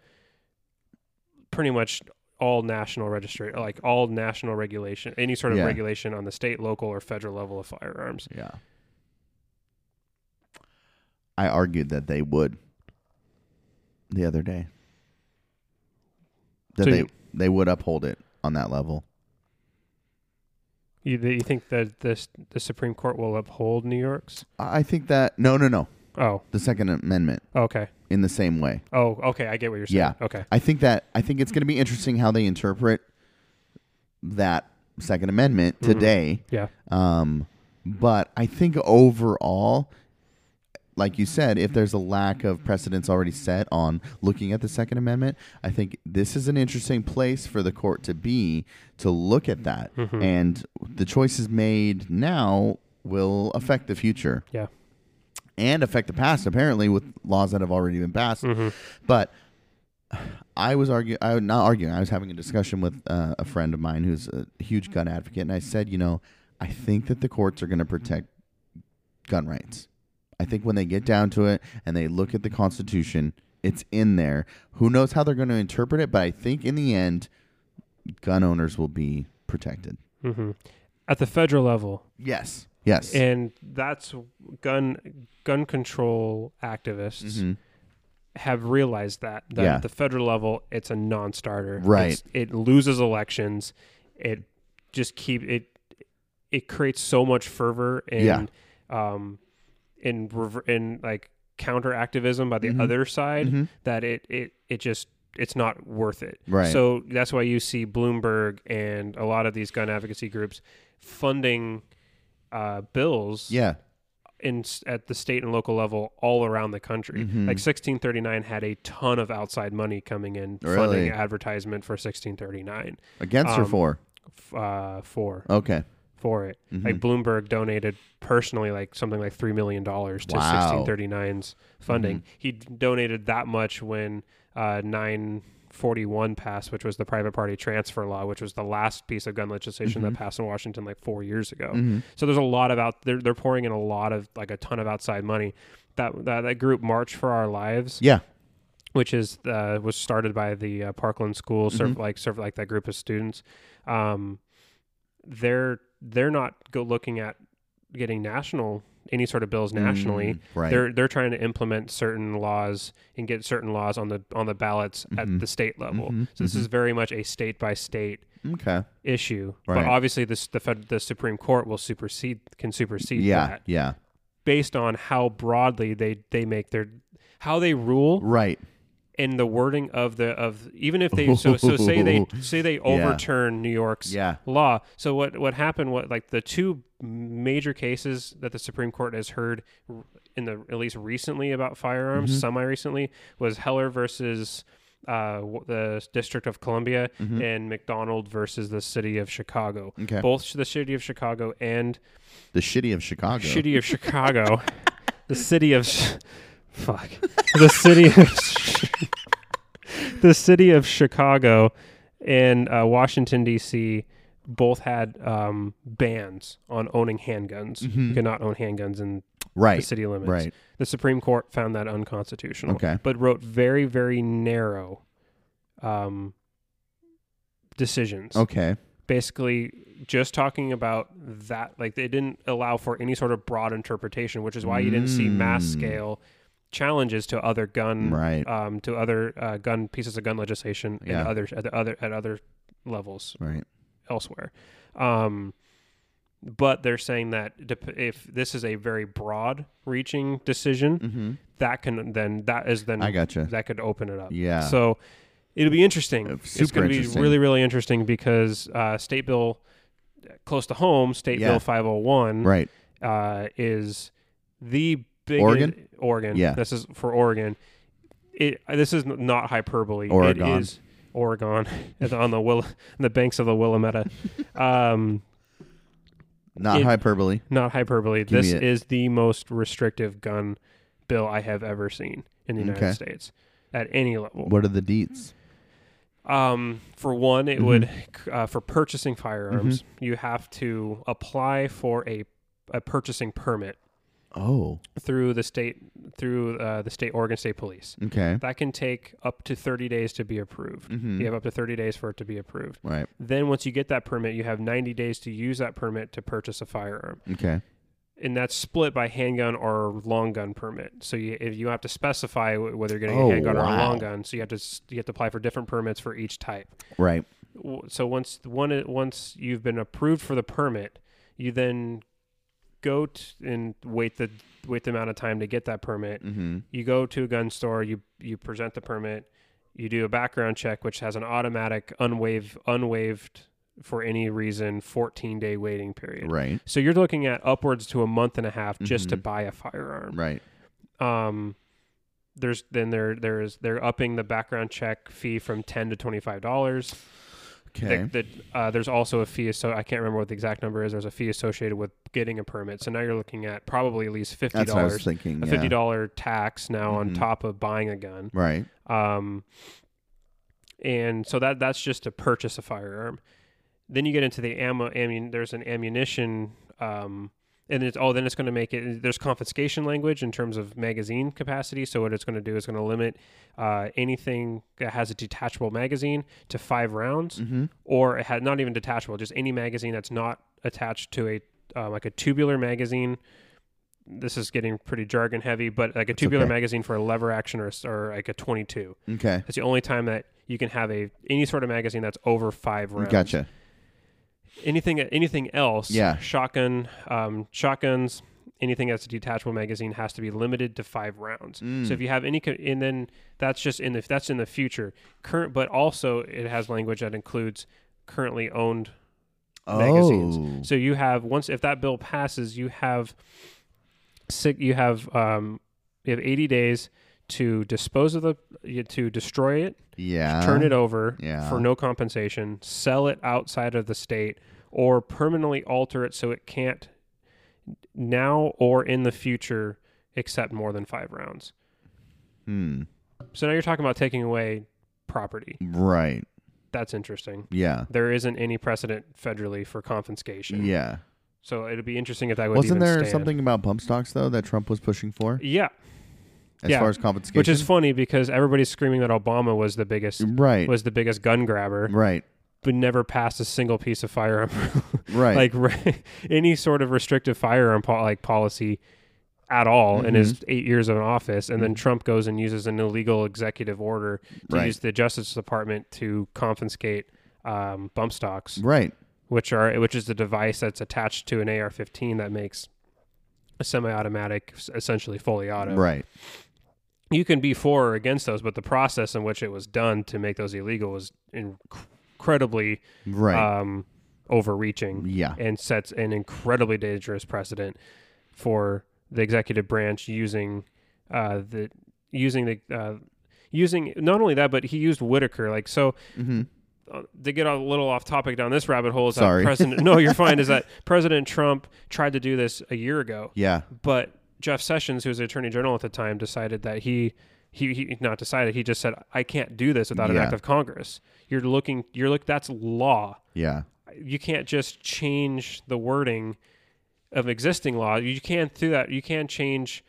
pretty much all national registry, like all national regulation, any sort of Yeah. regulation on the state, local, or federal level of firearms. Yeah. I argued that they would the other day. That So they you- they would uphold it on that level. You, you think that this the Supreme Court will uphold New York's? I I think that no, no, no. Oh, The Second Amendment okay. in the same way. Oh, okay. I get what you're saying. Yeah. Okay. I think that I think it's going to be interesting how they interpret that Second Amendment Mm-hmm. today. Yeah. Um, but I think overall, like you said, if there's a lack of precedence already set on looking at the Second Amendment, I think this is an interesting place for the court to be to look at that. And the choices made now will affect the future Yeah. and affect the past, apparently, with laws that have already been passed. Mm-hmm. But I was arguing, I was not arguing, I was having a discussion with uh, a friend of mine who's a huge gun advocate. And I said, you know, I think that the courts are going to protect gun rights. I think when they get down to it and they look at the Constitution, it's in there. Who knows how they're going to interpret it? But I think in the end, gun owners will be protected. hmm At the federal level, Yes. Yes. and that's gun gun control activists Mhm. have realized that that Yeah. at the federal level it's a non-starter. Right. It's- it loses elections. It just keep it. It creates so much fervor and um in rever- in like counter activism by the other side Mhm. that it it it just it's not worth it. Right. So that's why you see Bloomberg and a lot of these gun advocacy groups funding uh, bills Yeah. in s- at the state and local level all around the country. Mm-hmm. Like 1639 had a ton of outside money coming in Really? funding advertisement for 1639 Against or Um, for? f- uh, for Okay. for it. Like Bloomberg donated personally like something like three million dollars to Wow. 1639's funding. He d- donated that much when uh, 941 passed, which was the private party transfer law, which was the last piece of gun legislation that passed in Washington like four years ago. So there's a lot of out they're they're pouring in a lot of like a ton of outside money. That that, that group March for Our Lives Yeah. which is uh, was started by the uh, Parkland School, serve Mm-hmm. like serve like that group of students. Um, they're they're not go looking at getting national any sort of bills nationally. Mm, right. They're they're trying to implement certain laws and get certain laws on the on the ballots at the state level. Mhm, So this is very much a state by state okay. issue. Right. But obviously, this the fed, the Supreme Court will supersede can supersede Yeah. that Yeah. based on how broadly they they make their how they rule Right. in the wording of the of even if they so, so say they say they overturn New York's Yeah. law. So what what happened? What like the two major cases that the Supreme Court has heard r- in the at least recently about firearms, Mm-hmm. semi recently, was Heller versus. Uh, w- the District of Columbia Mm-hmm. and McDonald versus the City of Chicago. Okay. Both the City of Chicago and The shitty of Chicago. City of Chicago, the city of sh- fuck, the city of sh- the city of Chicago and uh, Washington D.C. both had um, bans on owning handguns. You cannot own handguns in Mm-hmm. Right. the city limits. Right. The Supreme Court found that unconstitutional. Okay. But wrote very, very narrow um, decisions. Okay. Basically, just talking about that. Like, they didn't allow for any sort of broad interpretation, which is why you didn't see mass Mm. scale challenges to other gun Right. um, to other uh, gun pieces of gun legislation Yeah. in other at the other at other levels Right. elsewhere. Um, but they're saying that dep- if this is a very broad-reaching decision, Mm-hmm. that can then that is then I gotcha. that could open it up. Yeah. So it'll be interesting. Uh, it's super going to be interesting. really really interesting because uh, state bill uh, close to home, state Yeah. bill 501 right. uh, is the biggest Oregon? Oregon. Yeah. This is for Oregon. It this is n- not hyperbole. Oregon. It is Oregon at the- on the Will the banks of the Willamette. Um, Not It- hyperbole. not hyperbole. Give me this it. is the most restrictive gun bill I have ever seen in the United Okay. States at any level. What are the deets? Um, for one, it Mhm. would uh, for purchasing firearms, Mm-hmm. you have to apply for a a purchasing permit Oh. through the state through uh, the state Oregon State Police. Okay. That can take up to 30 days to be approved. Mhm. You have up to 30 days for it to be approved. Right. Then once you get that permit, you have 90 days to use that permit to purchase a firearm. Okay. And that's split by handgun or long gun permit. So you if you have to specify wh- whether you're getting Oh, a handgun or a wow. long gun. So you have to s- you have to apply for different permits for each type. Right. W- So once one uh, once you've been approved for the permit, you then go t- and wait the wait the amount of time to get that permit Mm-hmm. you go to a gun store, you you present the permit, you do a background check, which has an automatic unwave unwaived for any reason 14 day waiting period. Right. So you're looking at upwards to a month and a half just to Mhm. buy a firearm. Right. Um, there's then there there is they're upping the background check fee from ten to twenty five dollars. Okay. The, the, uh, there's also a fee, so I can't remember what the exact number is. There's a fee associated with getting a permit. So now you're looking at probably at least fifty That's what I was dollars thinking. a yeah. fifty dollar tax now on Mhm. top of buying a gun. Right. Um, and so that that's just to purchase a firearm. Then you get into the ammo. Ammun- there's an ammunition, um, and it's oh, then it's going to make it. There's confiscation language in terms of magazine capacity. So what it's going to do is going to limit uh, anything that has a detachable magazine to five rounds, Mm-hmm. or it had not even detachable, just any magazine that's not attached to a uh, like a tubular magazine. This is getting pretty jargon heavy, but like a tubular okay. magazine for a lever action or, s- or like a 22. Okay. That's the only time that you can have a any sort of magazine that's over five rounds. Gotcha. Anything anything else? Yeah. Shotgun, um, shotguns. Anything that's a detachable magazine has to be limited to five rounds. Mm. So if you have any, co- and then that's just in the that's in the future. Current, but also it has language that includes currently owned Oh. magazines. So you have once if that bill passes, you have sick. You have um, you have eighty days to dispose of the to destroy it yeah. turn it over Uh-huh. yeah. for no compensation, sell it outside of the state, or permanently alter it so it can't now or in the future accept more than five rounds. Hmm. So now you're talking about taking away property. Right. That's interesting. Yeah. There isn't any precedent federally for confiscation. Yeah. So it'd be interesting if that would Wasn't even there stand. something about pump stocks though that Trump was pushing for Yeah, as Yeah. far as confiscation? which is funny because everybody's screaming that Obama was the biggest right. was the biggest gun grabber, right. but never passed a single piece of firearm Right. like re- any sort of restrictive firearm po- like policy at all in Mm-hmm. his eight years of office, and then Trump goes and uses an illegal executive order to Right. use the Justice Department to confiscate um, bump stocks, right. which are which is the device that's attached to an AR-15 that makes a semi-automatic s- essentially fully auto. Right. You can be for or against those, but the process in which it was done to make those illegal was inc- incredibly Right. um, overreaching yeah. and sets an incredibly dangerous precedent for the executive branch using uh, the using the uh, using not only that, but he used Whitaker. Like so, Mm-hmm. uh, to get a little off topic down this rabbit hole is Sorry. that President. no, you're fine. Is that President Trump tried to do this a year ago, Yeah. but Jeff Sessions, who was the Attorney General at the time, decided that he. He, he not decided. He just said, "I can't do this without an Yeah. act of Congress." You're looking. You're look. That's law Yeah. you can't just change the wording of existing law. You can through that you can change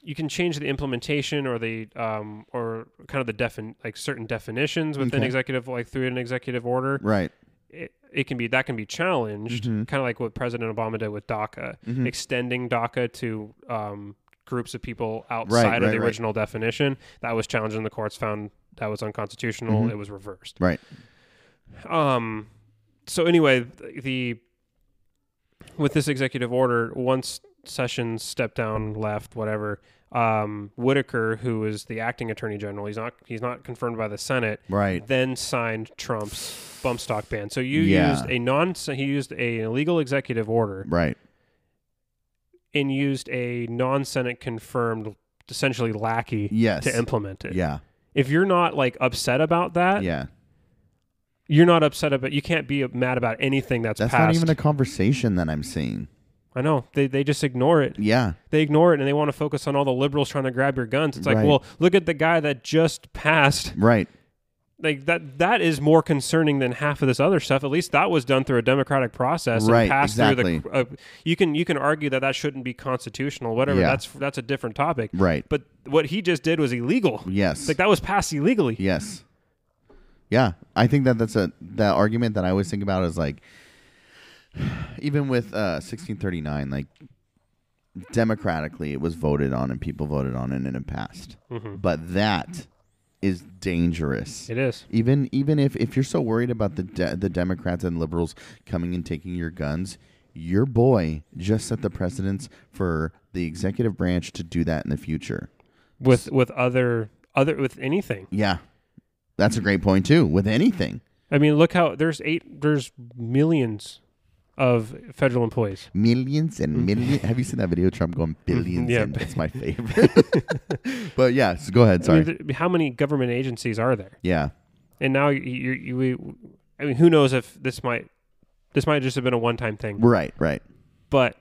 you can change the implementation or the um, or kind of the defin like certain definitions within Okay. executive like through an executive order. Right. It, it can be that can be challenged, Mm-hmm. kind of like what President Obama did with DACA, Hmm. extending DACA to um, groups of people outside right, of the right. original definition. That was challenged, and the courts found that was unconstitutional. It was reversed. Mm-hmm. Right. Um, so anyway, th- the with this executive order, once Sessions stepped down, left, whatever, um, Whitaker, who is the acting attorney general, he's not he's not confirmed by the Senate. Right. Then signed Trump's bump stock ban. So you Yeah. used a non he used a illegal executive order Right. and used a non Senate confirmed essentially lackey Yes. to implement it. Yeah. If you're not like upset about that, Yeah. you're not upset about you can't be mad about anything that's, That's not passed. even a conversation that I'm seeing. I know. They, they just ignore it. Yeah. They ignore it and they want to focus on all the liberals trying to grab your guns. It's like, Right. well, look at the guy that just passed. Right. Like that that is more concerning than half of this other stuff. At least that was done through a democratic process Right, and passed through exactly. the uh, you can you can argue that that shouldn't be constitutional whatever. Yeah. That's that's a different topic. Right. But what he just did was illegal. Yes. Like that was passed illegally. Yes. Yeah, I think that that's a that argument that I always think about is like even with uh 1639 like democratically it was voted on and people voted on it and it passed. But that is dangerous. It is. Even even if if you're so worried about the de- the Democrats and liberals coming and taking your guns, your boy just set the precedence for the executive branch to do that in the future. With with other other with anything. Yeah. That's a great point too with anything. I mean, look how there's eight there's millions of federal employees. millions and millions. Have you seen that video? of Trump going billions. Mm-hmm. Yeah. and it's my favorite. but yeah, so go ahead. I mean, Sorry. th- how many government agencies are there? Yeah, And now you, you, you we, I mean, who knows if this might, this might just have been a one-time thing, right, right. but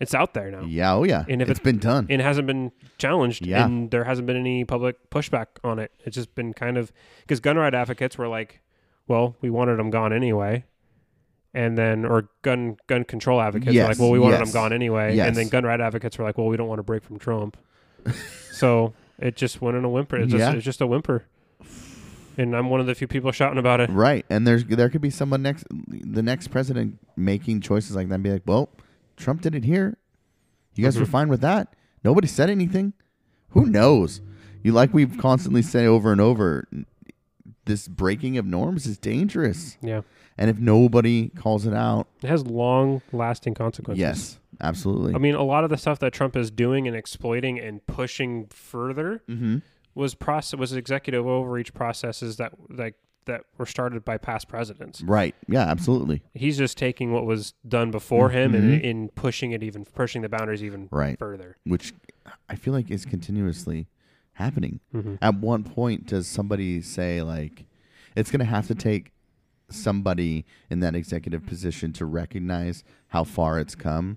it's out there now Yeah, oh yeah. And if it's it- been done. and it hasn't been challenged, Yeah. and there hasn't been any public pushback on it. It's just been kind of because gun right advocates were like, well, we wanted them gone anyway. And then, or gun gun control advocates were like, Yes, well, we wanted yes, them gone anyway. yes. And then gun right advocates were like, well, we don't want to break from Trump. so it just went in a whimper. It's, Yeah. just, it's just a whimper. And I'm one of the few people shouting about it. right, and there's there could be someone next, the next president making choices like that. and Be like, well, Trump did it here. You guys were Mm-hmm. fine with that. Nobody said anything. Who knows? You like we've constantly said over and over. n- This breaking of norms is dangerous, Yeah. and if nobody calls it out, It has long lasting consequences. yes, absolutely. I mean, a lot of the stuff that Trump is doing and exploiting and pushing further Mm-hmm. was process was executive overreach processes that like that were started by past presidents. Right. Yeah, absolutely. He's just taking what was done before him and in pushing it even pushing the boundaries even Mm-hmm. Right. further. Which I feel like is continuously happening. At one point, does somebody say, like, it's going to have to take somebody in that executive position to recognize how far it's come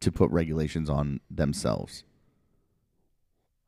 to put regulations on themselves,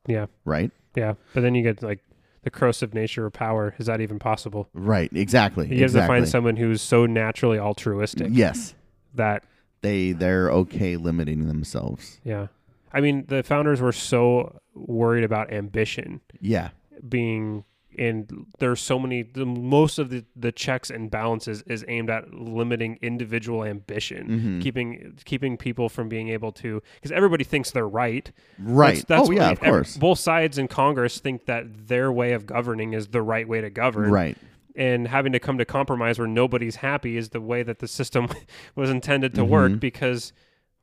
Yeah, right? yeah. But then you get like the corrosive nature of power. Is that even possible? Right. Exactly. You have to exactly. find someone who's so naturally altruistic Yes. that They they're okay limiting themselves. yeah. I mean, the founders were so worried about ambition Yeah. being and there's so many the most of the, the checks and balances is aimed at limiting individual ambition Mm-hmm. keeping keeping people from being able to because everybody thinks they're right Right. that's, that's oh yeah, what- e-, of ev- course. both sides in congress think that their way of governing is the right way to govern Right. and having to come to compromise where nobody's happy is the way that the system was intended to Mm-hmm. work because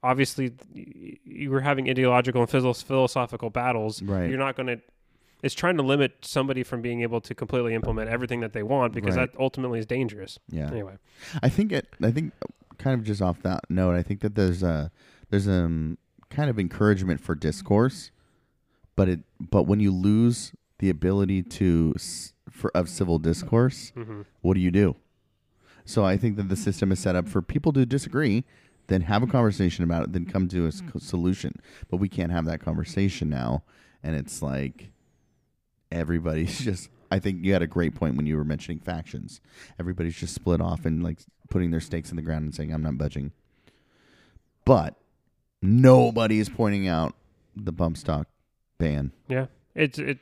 obviously y- you were having ideological and philo- philosophical battles Right. you're not going to it's trying to limit somebody from being able to completely implement everything that they want because Right. that ultimately is dangerous Yeah. anyway I think it. I think kind of just off that note, I think that there's a there's a um, kind of encouragement for discourse, but it but when you lose the ability to s- for of civil discourse, mm-hmm. what do you do? So I think that the system is set up for people to disagree, then have a conversation about it, then come to a s- Mm-hmm. solution. But we can't have that conversation now, and it's like everybody's just I think you had a great point when you were mentioning factions. Everybody's just split off and like putting their stakes in the ground and saying I'm not budging. but nobody is pointing out the bump stock ban. Yeah, it's it.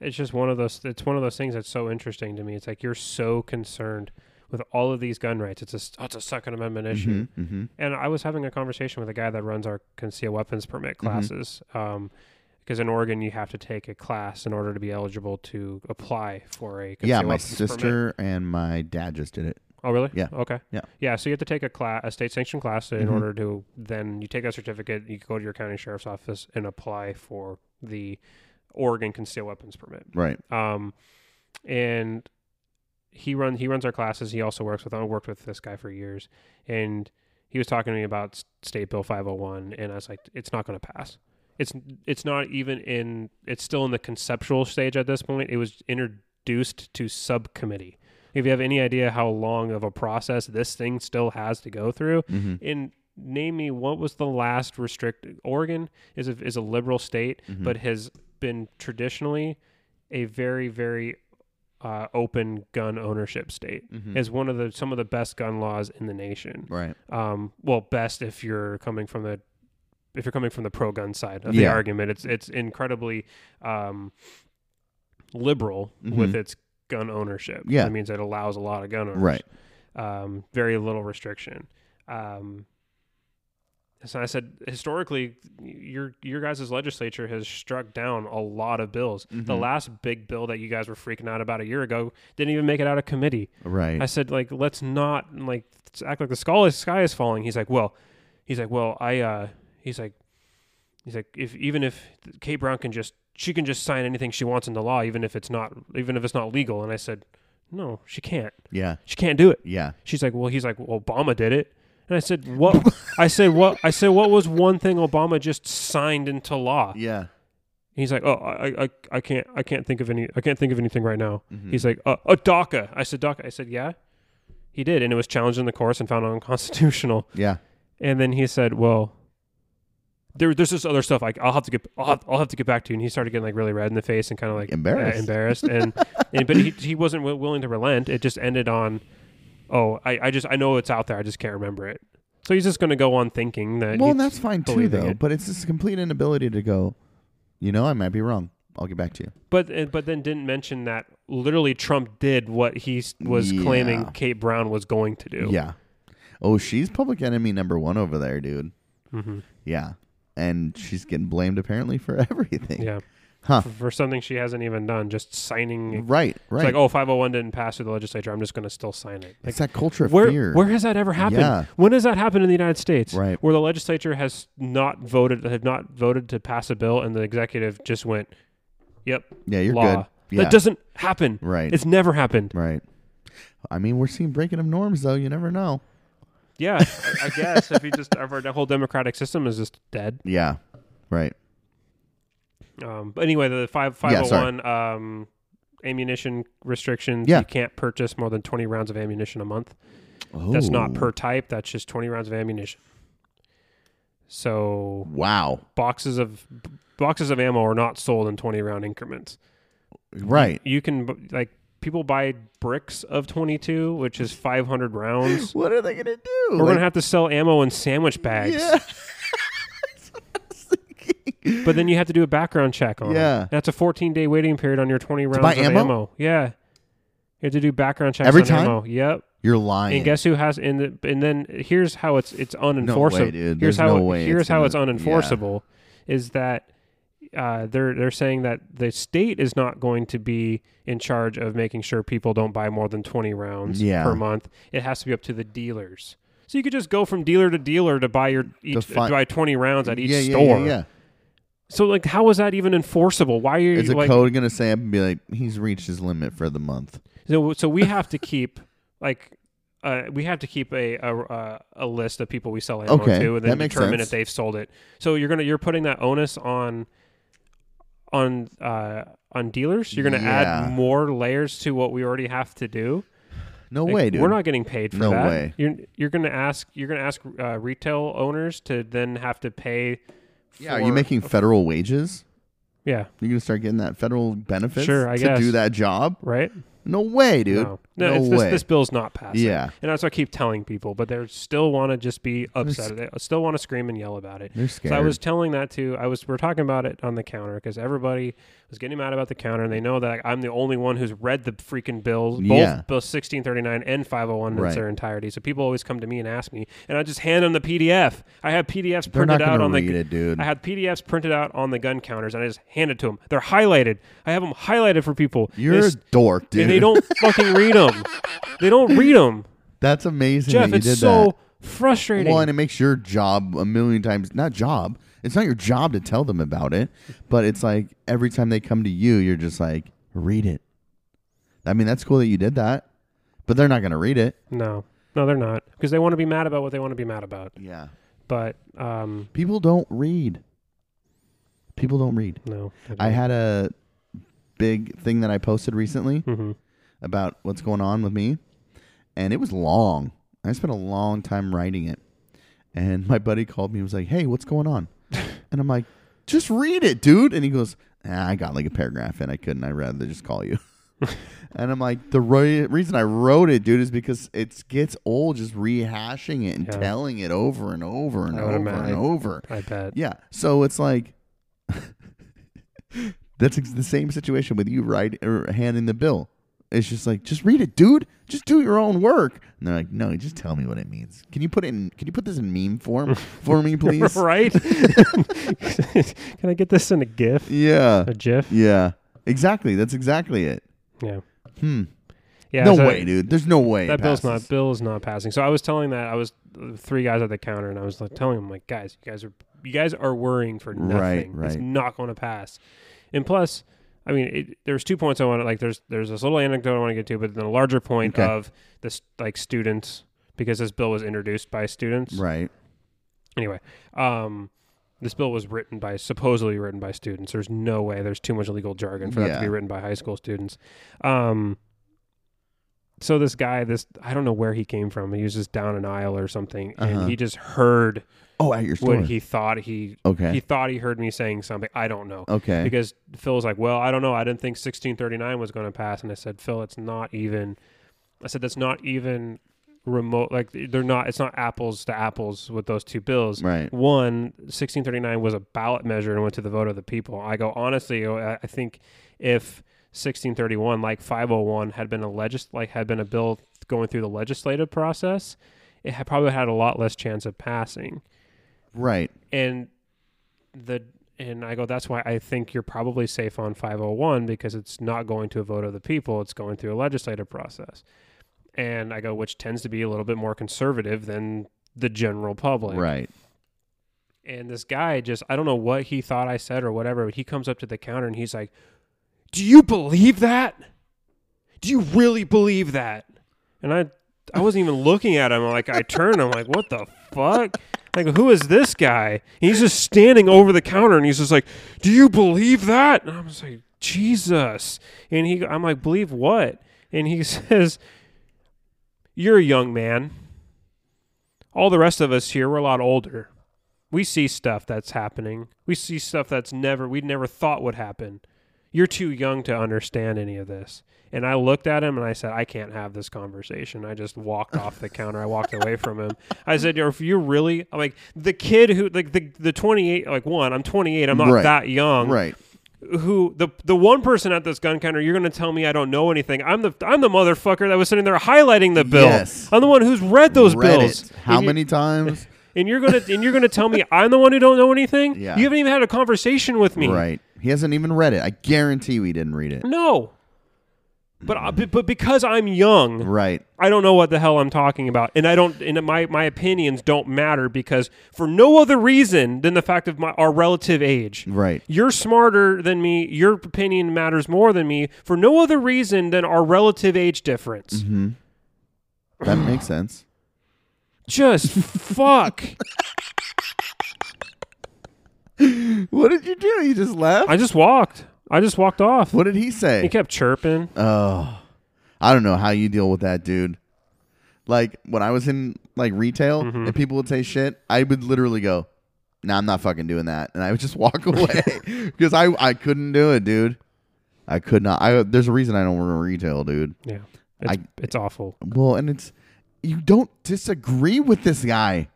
It's just one of those. It's one of those things that's so interesting to me. It's like you're so concerned with all of these gun rights. It's a oh, it's a Second Amendment Mhm, issue. mhm. And I was having a conversation with a guy that runs our concealed weapons permit Mm-hmm. classes. Um, because in Oregon, you have to take a class in order to be eligible to apply for a concealed Yeah, my weapons permit. sister and my dad just did it. Oh, really? Yeah. Okay. Yeah. Yeah. So you have to take a class, a state sanctioned class, in Mhm. order to then you take that certificate. You go to your county sheriff's office and apply for the Oregon concealed weapons permit. Right. Um, and he run he runs our classes. He also works with I worked with this guy for years, and he was talking to me about S- State Bill 501, and I was like, it's not going to pass. It's it's not even in it's still in the conceptual stage at this point. It was introduced to subcommittee. If you have any idea how long of a process this thing still has to go through, Mm-hmm. and name me what was the last restrict Oregon is a, is a liberal state Mhm. but has been traditionally a very very uh, open gun ownership state Mhm. is one of the some of the best gun laws in the nation Right. um, well best if you're coming from the if you're coming from the pro gun side of the Yeah. argument it's it's incredibly um, liberal Mhm. with its gun ownership Yeah. that means it allows a lot of gun owners Right. um, very little restriction. Um, so I said, historically, your your guys' legislature has struck down a lot of bills. The Mhm. last big bill that you guys were freaking out about a year ago didn't even make it out of committee. Right. I said, like, let's not like let's act like the skull is, sky is falling. He's like, well, he's like, well, I, uh, he's like, he's like, if even if Kate Brown can just she can just sign anything she wants into law, even if it's not even if it's not legal. And I said, no, she can't. yeah. She can't do it. Yeah. She's like, well, he's like, well, Obama did it. And I said, what? I said, what? I said, what was one thing Obama just signed into law? Yeah. He's like, oh, I, I, I can't, I can't think of any, I can't think of anything right now. Mhm. He's like, uh, uh, DACA. I said, DACA. I said, yeah, he did, and it was challenged in the courts and found unconstitutional. Yeah. And then he said, well, there, there's this other stuff. Like, I'll have to get, I'll have, I'll have to get back to you. And he started getting like really red in the face and kind of like Embarrassed. uh, embarrassed. And, and but he, he wasn't w- willing to relent. It just ended on, oh, I, I just, I know it's out there. I just can't remember it. So he's just going to go on thinking that. Well, he- and that's fine too, believing though. it. But it's this complete inability to go. You know, I might be wrong. I'll get back to you. but uh, but then didn't mention that literally Trump did what he s- was Yeah. claiming Kate Brown was going to do. Yeah. Oh, she's public enemy number one over there, dude. hmm Yeah. And she's getting blamed apparently for everything. yeah, Huh. for, for something she hasn't even done, just signing. Right. Right. It's like, oh, 501 didn't pass through the legislature. I'm just going to still sign it. Like, it's that culture of Where fear. where has that ever happened? Yeah. When has that happened in the United States? Right. Where the legislature has not voted have not voted to pass a bill and the executive just went, Yep, yeah, you're law. good. Yeah. That doesn't happen. Right. It's never happened. right. I mean, we're seeing breaking of norms, though. You never know. Yeah. I, I guess if you just if our whole democratic system is just dead. Yeah. Right. Um but anyway, the five five Yeah, oh sorry. one um ammunition restrictions. Yeah. You can't purchase more than twenty rounds of ammunition a month. Oh. That's not per type, that's just twenty rounds of ammunition. So Wow. boxes of b- boxes of ammo are not sold in 20 round increments. Right. You can bu- like people buy bricks of 22, which is 500 rounds. What are they gonna do? We're going to have to sell ammo in sandwich bags. Yeah. That's what I was thinking. But then you have to do a background check on Yeah. it. That's a 14 day waiting period on your 20 rounds buy of ammo? ammo? Yeah. You have to do background checks Every on time? ammo. Yep. You're And lying. guess who has in the and then here's how it's it's unenforceable. way, dude. There's Here's how no way here's it's how gonna- it's unenforceable is that uh, they're they're saying that the state is not going to be in charge of making sure people don't buy more than twenty rounds Yeah. per month. It has to be up to the dealers. So you could just go from dealer to dealer to buy your each fi- buy twenty rounds at each yeah, yeah, store. Yeah, yeah. So like, how is that even enforceable? Why are you Is a like? code gonna say and be like he's reached his limit for the month? So, so we have to keep like uh, we have to keep a a, uh, a list of people we sell ammo Okay, to, and that then makes determine sense. if they've sold it. So you're gonna you're putting that onus on on uh, on dealers. You're gonna add Yeah. more layers to what we already have to do. No Like, way, dude. We're not getting paid for No that. way. You're you're gonna ask you're gonna ask uh, retail owners to then have to pay. Yeah, are for- you making federal wages? yeah You're gonna start getting that federal benefits. Sure, I to guess. do that job. right. No way, dude. No, no, it's, this, way. this bill's not passing. Yeah. and that's what I keep telling people, but they still want to just be upset. They still want to scream and yell about it. They're So I scared. was telling that to I was we are talking about it on the counter because everybody was getting mad about the counter, and they know that I'm the only one who's read the freaking bills, both Yeah. Bill 1639 and 501 in Right. their entirety. So people always come to me and ask me, and I just hand them the PDF. I have PDFs They're printed not out gonna on read the it, dude. I had PDFs printed out on the gun counters, and I just handed to them. They're highlighted. I have them highlighted for people. You're They a s- dork, dude. and they don't fucking read them. They don't read them, That's amazing. that Jeff. you It's did so that. frustrating. Well, and it makes your job a million times not job. It's not your job to tell them about it, but it's like every time they come to you, you're just like, read it. I mean, that's cool that you did that, but they're not gonna read it. No, no, they're not because they want to be mad about what they want to be mad about. Yeah. But um, People don't read. People don't read. no, I had a big thing that I posted recently Mhm. about what's going on with me, and it was long. I spent a long time writing it, and my buddy called me and was like, "Hey, what's going on?" and I'm like, "Just read it, dude." And he goes, ah, "I got like a paragraph and I couldn't. I'd rather just call you." and I'm like, "The re- reason I wrote it, dude, is because it gets old just rehashing it and Yeah. telling it over and over and I would over ima- and I- over." I bet. Yeah. So it's like that's ex- the same situation with you, right? Or handing the bill. It's just like, just read it, dude. Just do your own work. And they're like, no, just tell me what it means. Can you put it in? Can you put this in meme form for me, please? right? Can I get this in a GIF? Yeah. A GIF? Yeah. Exactly. That's exactly it. Yeah. Hmm. Yeah. no so way, dude. There's no way. That it bill's passes. not bill is not passing. So I was telling that I was uh, three guys at the counter, and I was like telling them like, guys, you guys are you guys are worrying for Right, nothing. It's right. not going to pass. And plus, I mean, it, there's two points I want to like. There's there's this little anecdote I want to get to, but then the larger point Okay. of this like students because this bill was introduced by students. Right. Anyway, um, this bill was written by supposedly written by students. There's no way. There's too much legal jargon for that to Yeah. be written by high school students. Um, so this guy, this I don't know where he came from. He was just down an aisle or something, Uh-huh. and he just heard Oh, at your store. what he thought he okay. he thought he heard me saying something. I don't know. okay. Because Phil's like, well, I don't know. I didn't think 1639 was going to pass, and I said, Phil, it's not even. I said that's not even remote. Like they're not. It's not apples to apples with those two bills. Right. One 1639 was a ballot measure and went to the vote of the people. I go honestly. I I think if 1631, like 501, had been a legis like had been a bill going through the legislative process, it had probably had a lot less chance of passing Right. and the and I go that's why I think you're probably safe on 501 because it's not going to a vote of the people it's going through a legislative process and I go which tends to be a little bit more conservative than the general public Right. and this guy just I don't know what he thought I said or whatever but he comes up to the counter and he's like do you believe that do you really believe that and I I wasn't even looking at him like I turned I'm like what the fuck like who is this guy and he's just standing over the counter and he's just like do you believe that and I'm just like Jesus and he I'm like believe what and he says you're a young man all the rest of us here we're a lot older we see stuff that's happening. We see stuff that's never we never thought would happen. You're too young to understand any of this. And I looked at him and I said, I can't have this conversation. I just walked off the counter. I walked away from him. I said, if you really I'm like the kid who like the the 28 like one, I'm 28. I'm not Right. that young. Right. Who the the one person at this gun counter you're going to tell me I don't know anything. I'm the I'm the motherfucker that was sitting there highlighting the bill. Yes. I'm the one who's read those Read bills. it. How And you- many times? and you're gonna and you're gonna tell me I'm the one who don't know anything. Yeah. You haven't even had a conversation with me. Right. He hasn't even read it. I guarantee we didn't read it. No. But I- but but because I'm young, Right. I don't know what the hell I'm talking about, and I don't. And my my opinions don't matter because for no other reason than the fact of my our relative age. Right. You're smarter than me. Your opinion matters more than me for no other reason than our relative age difference. Mm-hmm. That makes sense. Just fuck. What did you do? You just left? I just walked. I just walked off. what did he say? He kept chirping. Oh, I don't know how you deal with that, dude. Like when I was in like retail and people would say shit, I would literally go, "Nah, I'm not fucking doing that," and I would just walk away because I I couldn't do it, dude. I could not. I there's a reason I don't work in retail, dude. Yeah. It's, I- it's awful. Well, and it's you don't disagree with this guy.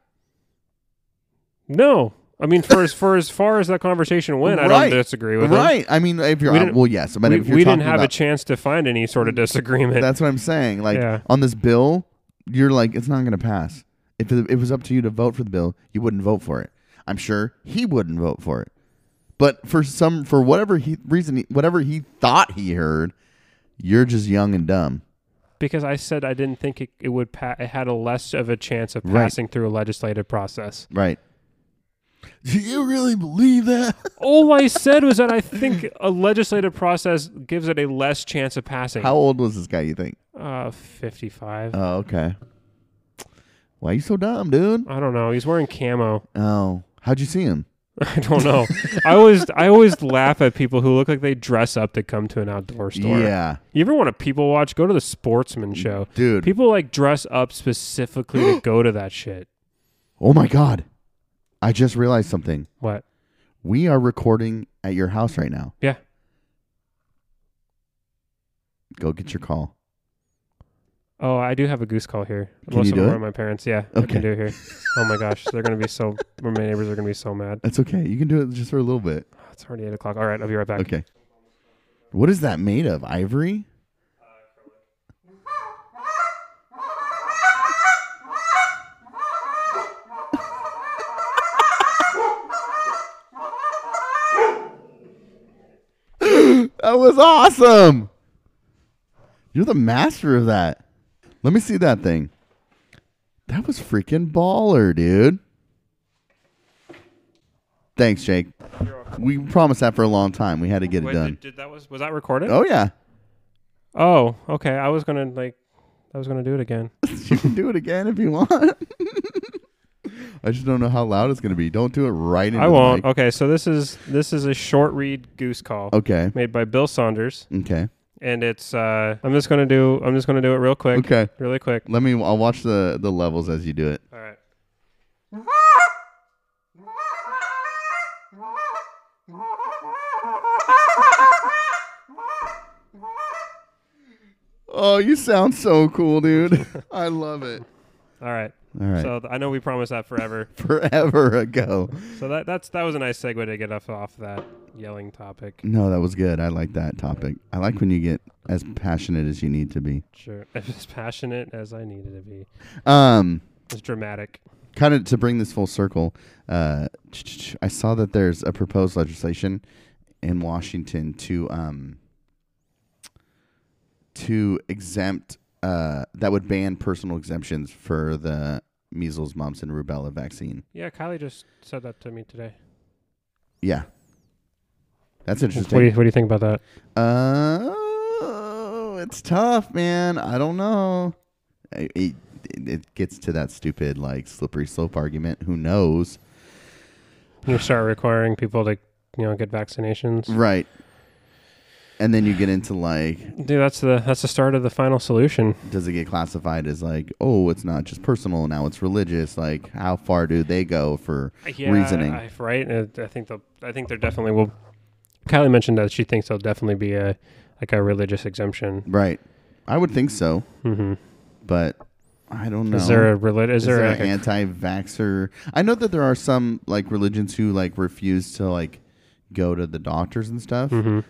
No. I mean, for as, for as far as that conversation went, I Right. don't disagree with him. Right. I mean, if you're We uh, didn't- well, yes, but we if you're we talking didn't have a about, chance to find any sort of disagreement. that's what I'm saying. Like Yeah. on this bill, you're like it's not going to pass. If it, it was up to you to vote for the bill, you wouldn't vote for it. I'm sure he wouldn't vote for it. But for some for whatever he reason he- whatever he thought he heard, you're just young and dumb. because I said I didn't think it, it would pa- it had a less of a chance of Right. passing through a legislative process. Right. Do you really believe that? All I said was that I think a legislative process gives it a less chance of passing. How old was this guy, you think? Uh, 55. Oh, okay. Why you so dumb, dude? I don't know. He's wearing camo. Oh. How'd you see him? I don't know. I always I always laugh at people who look like they dress up to come to an outdoor store. Yeah. You ever want to people watch? Go to the sportsman show. Dude. People like dress up specifically to go to that shit. oh my god. I just realized something. What? We are recording at your house right now. Yeah. Go get your call. Oh, I do have a goose call here. Can you Unless I'm do over it? at my parents. Yeah, I Okay. can do it here. Oh my gosh, they're gonna be so. My neighbors are gonna be so mad. That's okay. You can do it just for a little bit. It's already eight o'clock. All right, I'll be right back. Okay. What is that made of? Ivory? That was awesome. You're the master of that. Let me see that thing. That was freaking baller, dude. Thanks, Jake. We promised that for a long time. We had to get it Wait, done. did, did that was was that recorded? Oh yeah, Oh, okay. I was gonna like, I was gonna do it again. you can do it again if you want. I just don't know how loud it's gonna be. Don't do it right into I the won't. mic. Okay, so this is this is a short read goose call Okay. made by Bill Saunders, Okay. and it's. uh I'm just gonna do. I'm just gonna do it real quick. Okay. Really quick. Let me. I'll watch the the levels as you do it. All right. Oh, you sound so cool, dude. I love it. All right. All right. So th- I know we promised that forever. Forever ago. so that that's that was a nice segue to get us off that yelling topic. No, that was good. I like that topic. I like when you get as passionate as you need to be. Sure. As passionate as I needed to be. Um, As dramatic. kind of to bring this full circle. Uh, I saw that there's a proposed legislation in Washington to um to exempt uh that would ban personal exemptions for the measles, mumps, and rubella vaccine. Yeah, Kylie just said that to me today. Yeah, that's What interesting. do you, what do you think about that? Oh, it's tough, man. I don't know. I- It, it, it gets to that stupid like slippery slope argument. Who knows? You start requiring people to, you know, get vaccinations. Right. And then you get into like, Dude, that's the that's the start of the final solution. does it get classified as like, oh, it's not just personal now, it's religious. Like, how far do they go for reasoning? Uh, I, right. I, I think they'll. I think there definitely will. Kylie mentioned that she thinks there'll definitely be a like a religious exemption. right. I would think so, hmm but I don't know. Is there a reli- is, Is there, there, an a, anti-vaxer? I know that there are some like religions who like refuse to like go to the doctors and stuff, Mhm.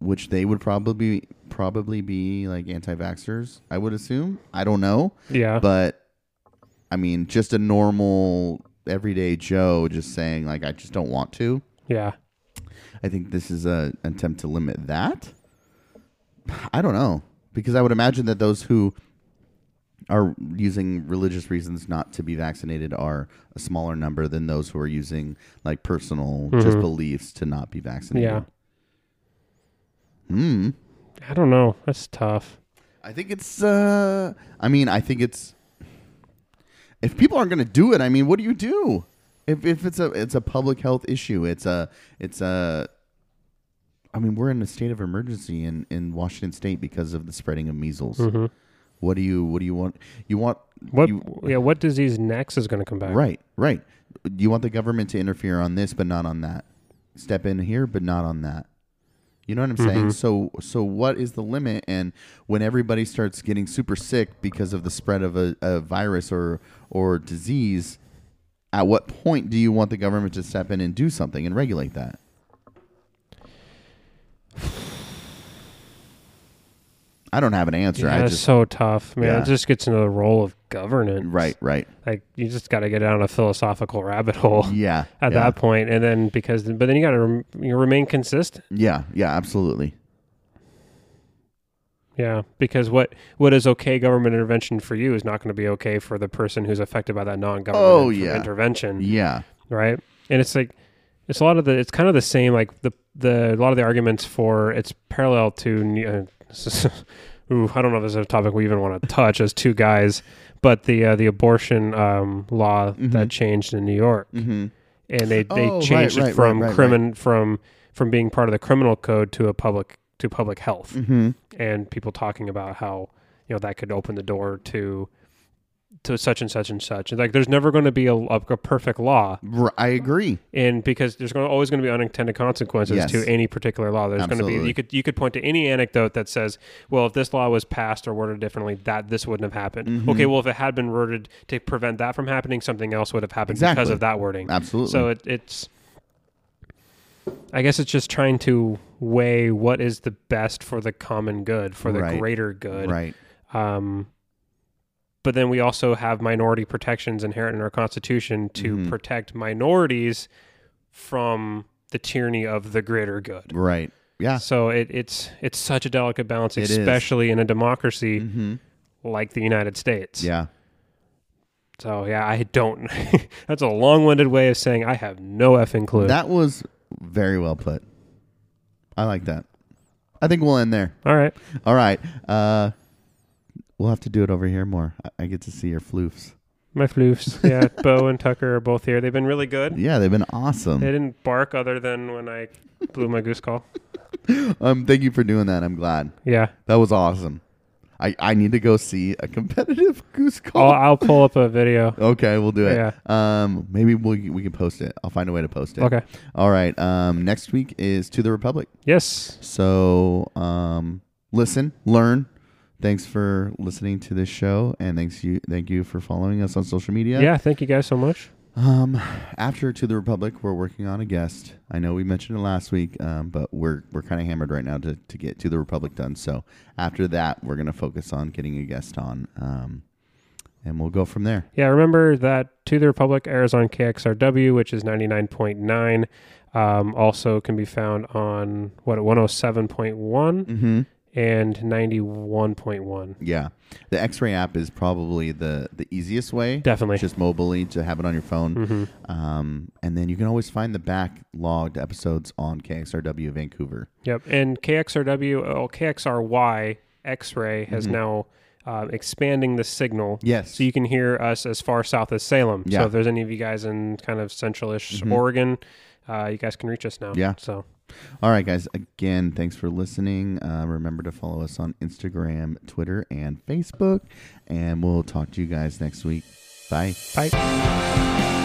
which they would probably probably be like anti-vaxxers. I would assume. I don't know, yeah? but I mean, just a normal everyday Joe just saying like I just don't want to. yeah. I think this is a an attempt to limit that. I don't know because I would imagine that those who are using religious reasons not to be vaccinated are a smaller number than those who are using like personal just beliefs to not be vaccinated. Yeah. Hmm. I don't know. That's tough. I think it's. Uh, I mean, I think it's. If people aren't going to do it, I mean, what do you do? If, if it's a it's a public health issue, it's a it's a. I mean, we're in a state of emergency in, in Washington State because of the spreading of measles. What do you What do you want? You want What? you- yeah. What disease next is going to come back? right right. You want the government to interfere on this, but not on that. Step in here, but not on that. You know what Mm-hmm. I'm saying? So so what is the limit? And when everybody starts getting super sick because of the spread of a, a virus or or disease, at what point do you want the government to step in and do something and regulate that? I don't have an answer. I That's just so tough, man. Yeah. It just gets into the role of governance. right, right, Like you just got to get down a philosophical rabbit hole yeah. at yeah. that point, and then because but then you got to rem- you remain consistent. yeah, yeah, absolutely. Yeah, because what what is okay government intervention for you is not going to be okay for the person who's affected by that non-government Oh, inter- yeah. intervention. Yeah, right? And it's like it's a lot of the it's kind of the same like the the a lot of the arguments for it's parallel to uh, this is- ooh I don't know if this is a topic we even want to touch as two guys, but the uh, the abortion um, law that changed in New York mm-hmm. and they they Oh, right, changed right, it from right, right, crimin from from being part of the criminal code to a public to public health Mm-hmm. and people talking about how you know that could open the door to to such and such and such and like there's never going to be a, a, a perfect law R- I agree. and because there's gonna, always going to be unintended consequences Yes. to any particular law. There's going to be Absolutely. you could you could point to any anecdote that says, well, if this law was passed or worded differently, that this wouldn't have happened. Mm-hmm. Okay, well, if it had been worded to prevent that from happening, something else would have happened because Exactly. of that wording. Absolutely. So it, it's, I guess it's just trying to weigh what is the best for the common good, for the Right. greater good, right. um, but then we also have minority protections inherent in our Constitution to Mhm. protect minorities from the tyranny of the greater good. Right. Yeah. So it, it's it's such a delicate balance, It is. especially in a democracy Mm-hmm. like the United States. Yeah. So yeah, I don't. that's a long-winded way of saying I have no effing clue. That was very well put. I like that. I think we'll end there. All right, All right. Uh, we'll have to do it over here more. I, I get to see your floofs. my floofs. Yeah, Bo and Tucker are both here. They've been really good. Yeah, they've been They awesome. didn't bark other than when I blew my goose call. Um, thank you for doing that. I'm glad. Yeah. That was awesome. I, I need to go see a competitive goose I'll, call. I'll pull up a video. okay, we'll do it. Oh, Yeah. Um, maybe we we can post it. I'll find a way to post it. Okay. All right. Um, next week is to the Republic. Yes. So um, listen, learn. Thanks for listening to this show, and thanks you, thank you for following us on social media. Yeah. Thank you guys so much. Um, after to the Republic, we're working on a guest. I know we mentioned it last week, um, but we're we're kind of hammered right now to to get to the Republic done. So after that, we're gonna focus on getting a guest on, um, and we'll go from there. Yeah. Remember that To the Republic airs on KXRW, which is 99.9. Um, also can be found on what 107.1 Mm-hmm. and 91.1. Yeah, the X-ray app is probably the the easiest way. Definitely. Just mobily to have it on your phone. hmm Um, and then you can always find the backlogged episodes on KXRW Vancouver. Yep. And KXRW, oh, KXRY X Ray has now uh, expanding the signal. Mm-hmm. Yes. So you can hear us as far south as Yeah. Salem. Mm-hmm. So if there's any of you guys in kind of centralish Oregon, uh, you guys can reach us now. Yeah. So All right, guys. Again, thanks for listening. Uh, remember to follow us on Instagram, Twitter, and Facebook. And we'll talk to you guys next week. Bye. bye.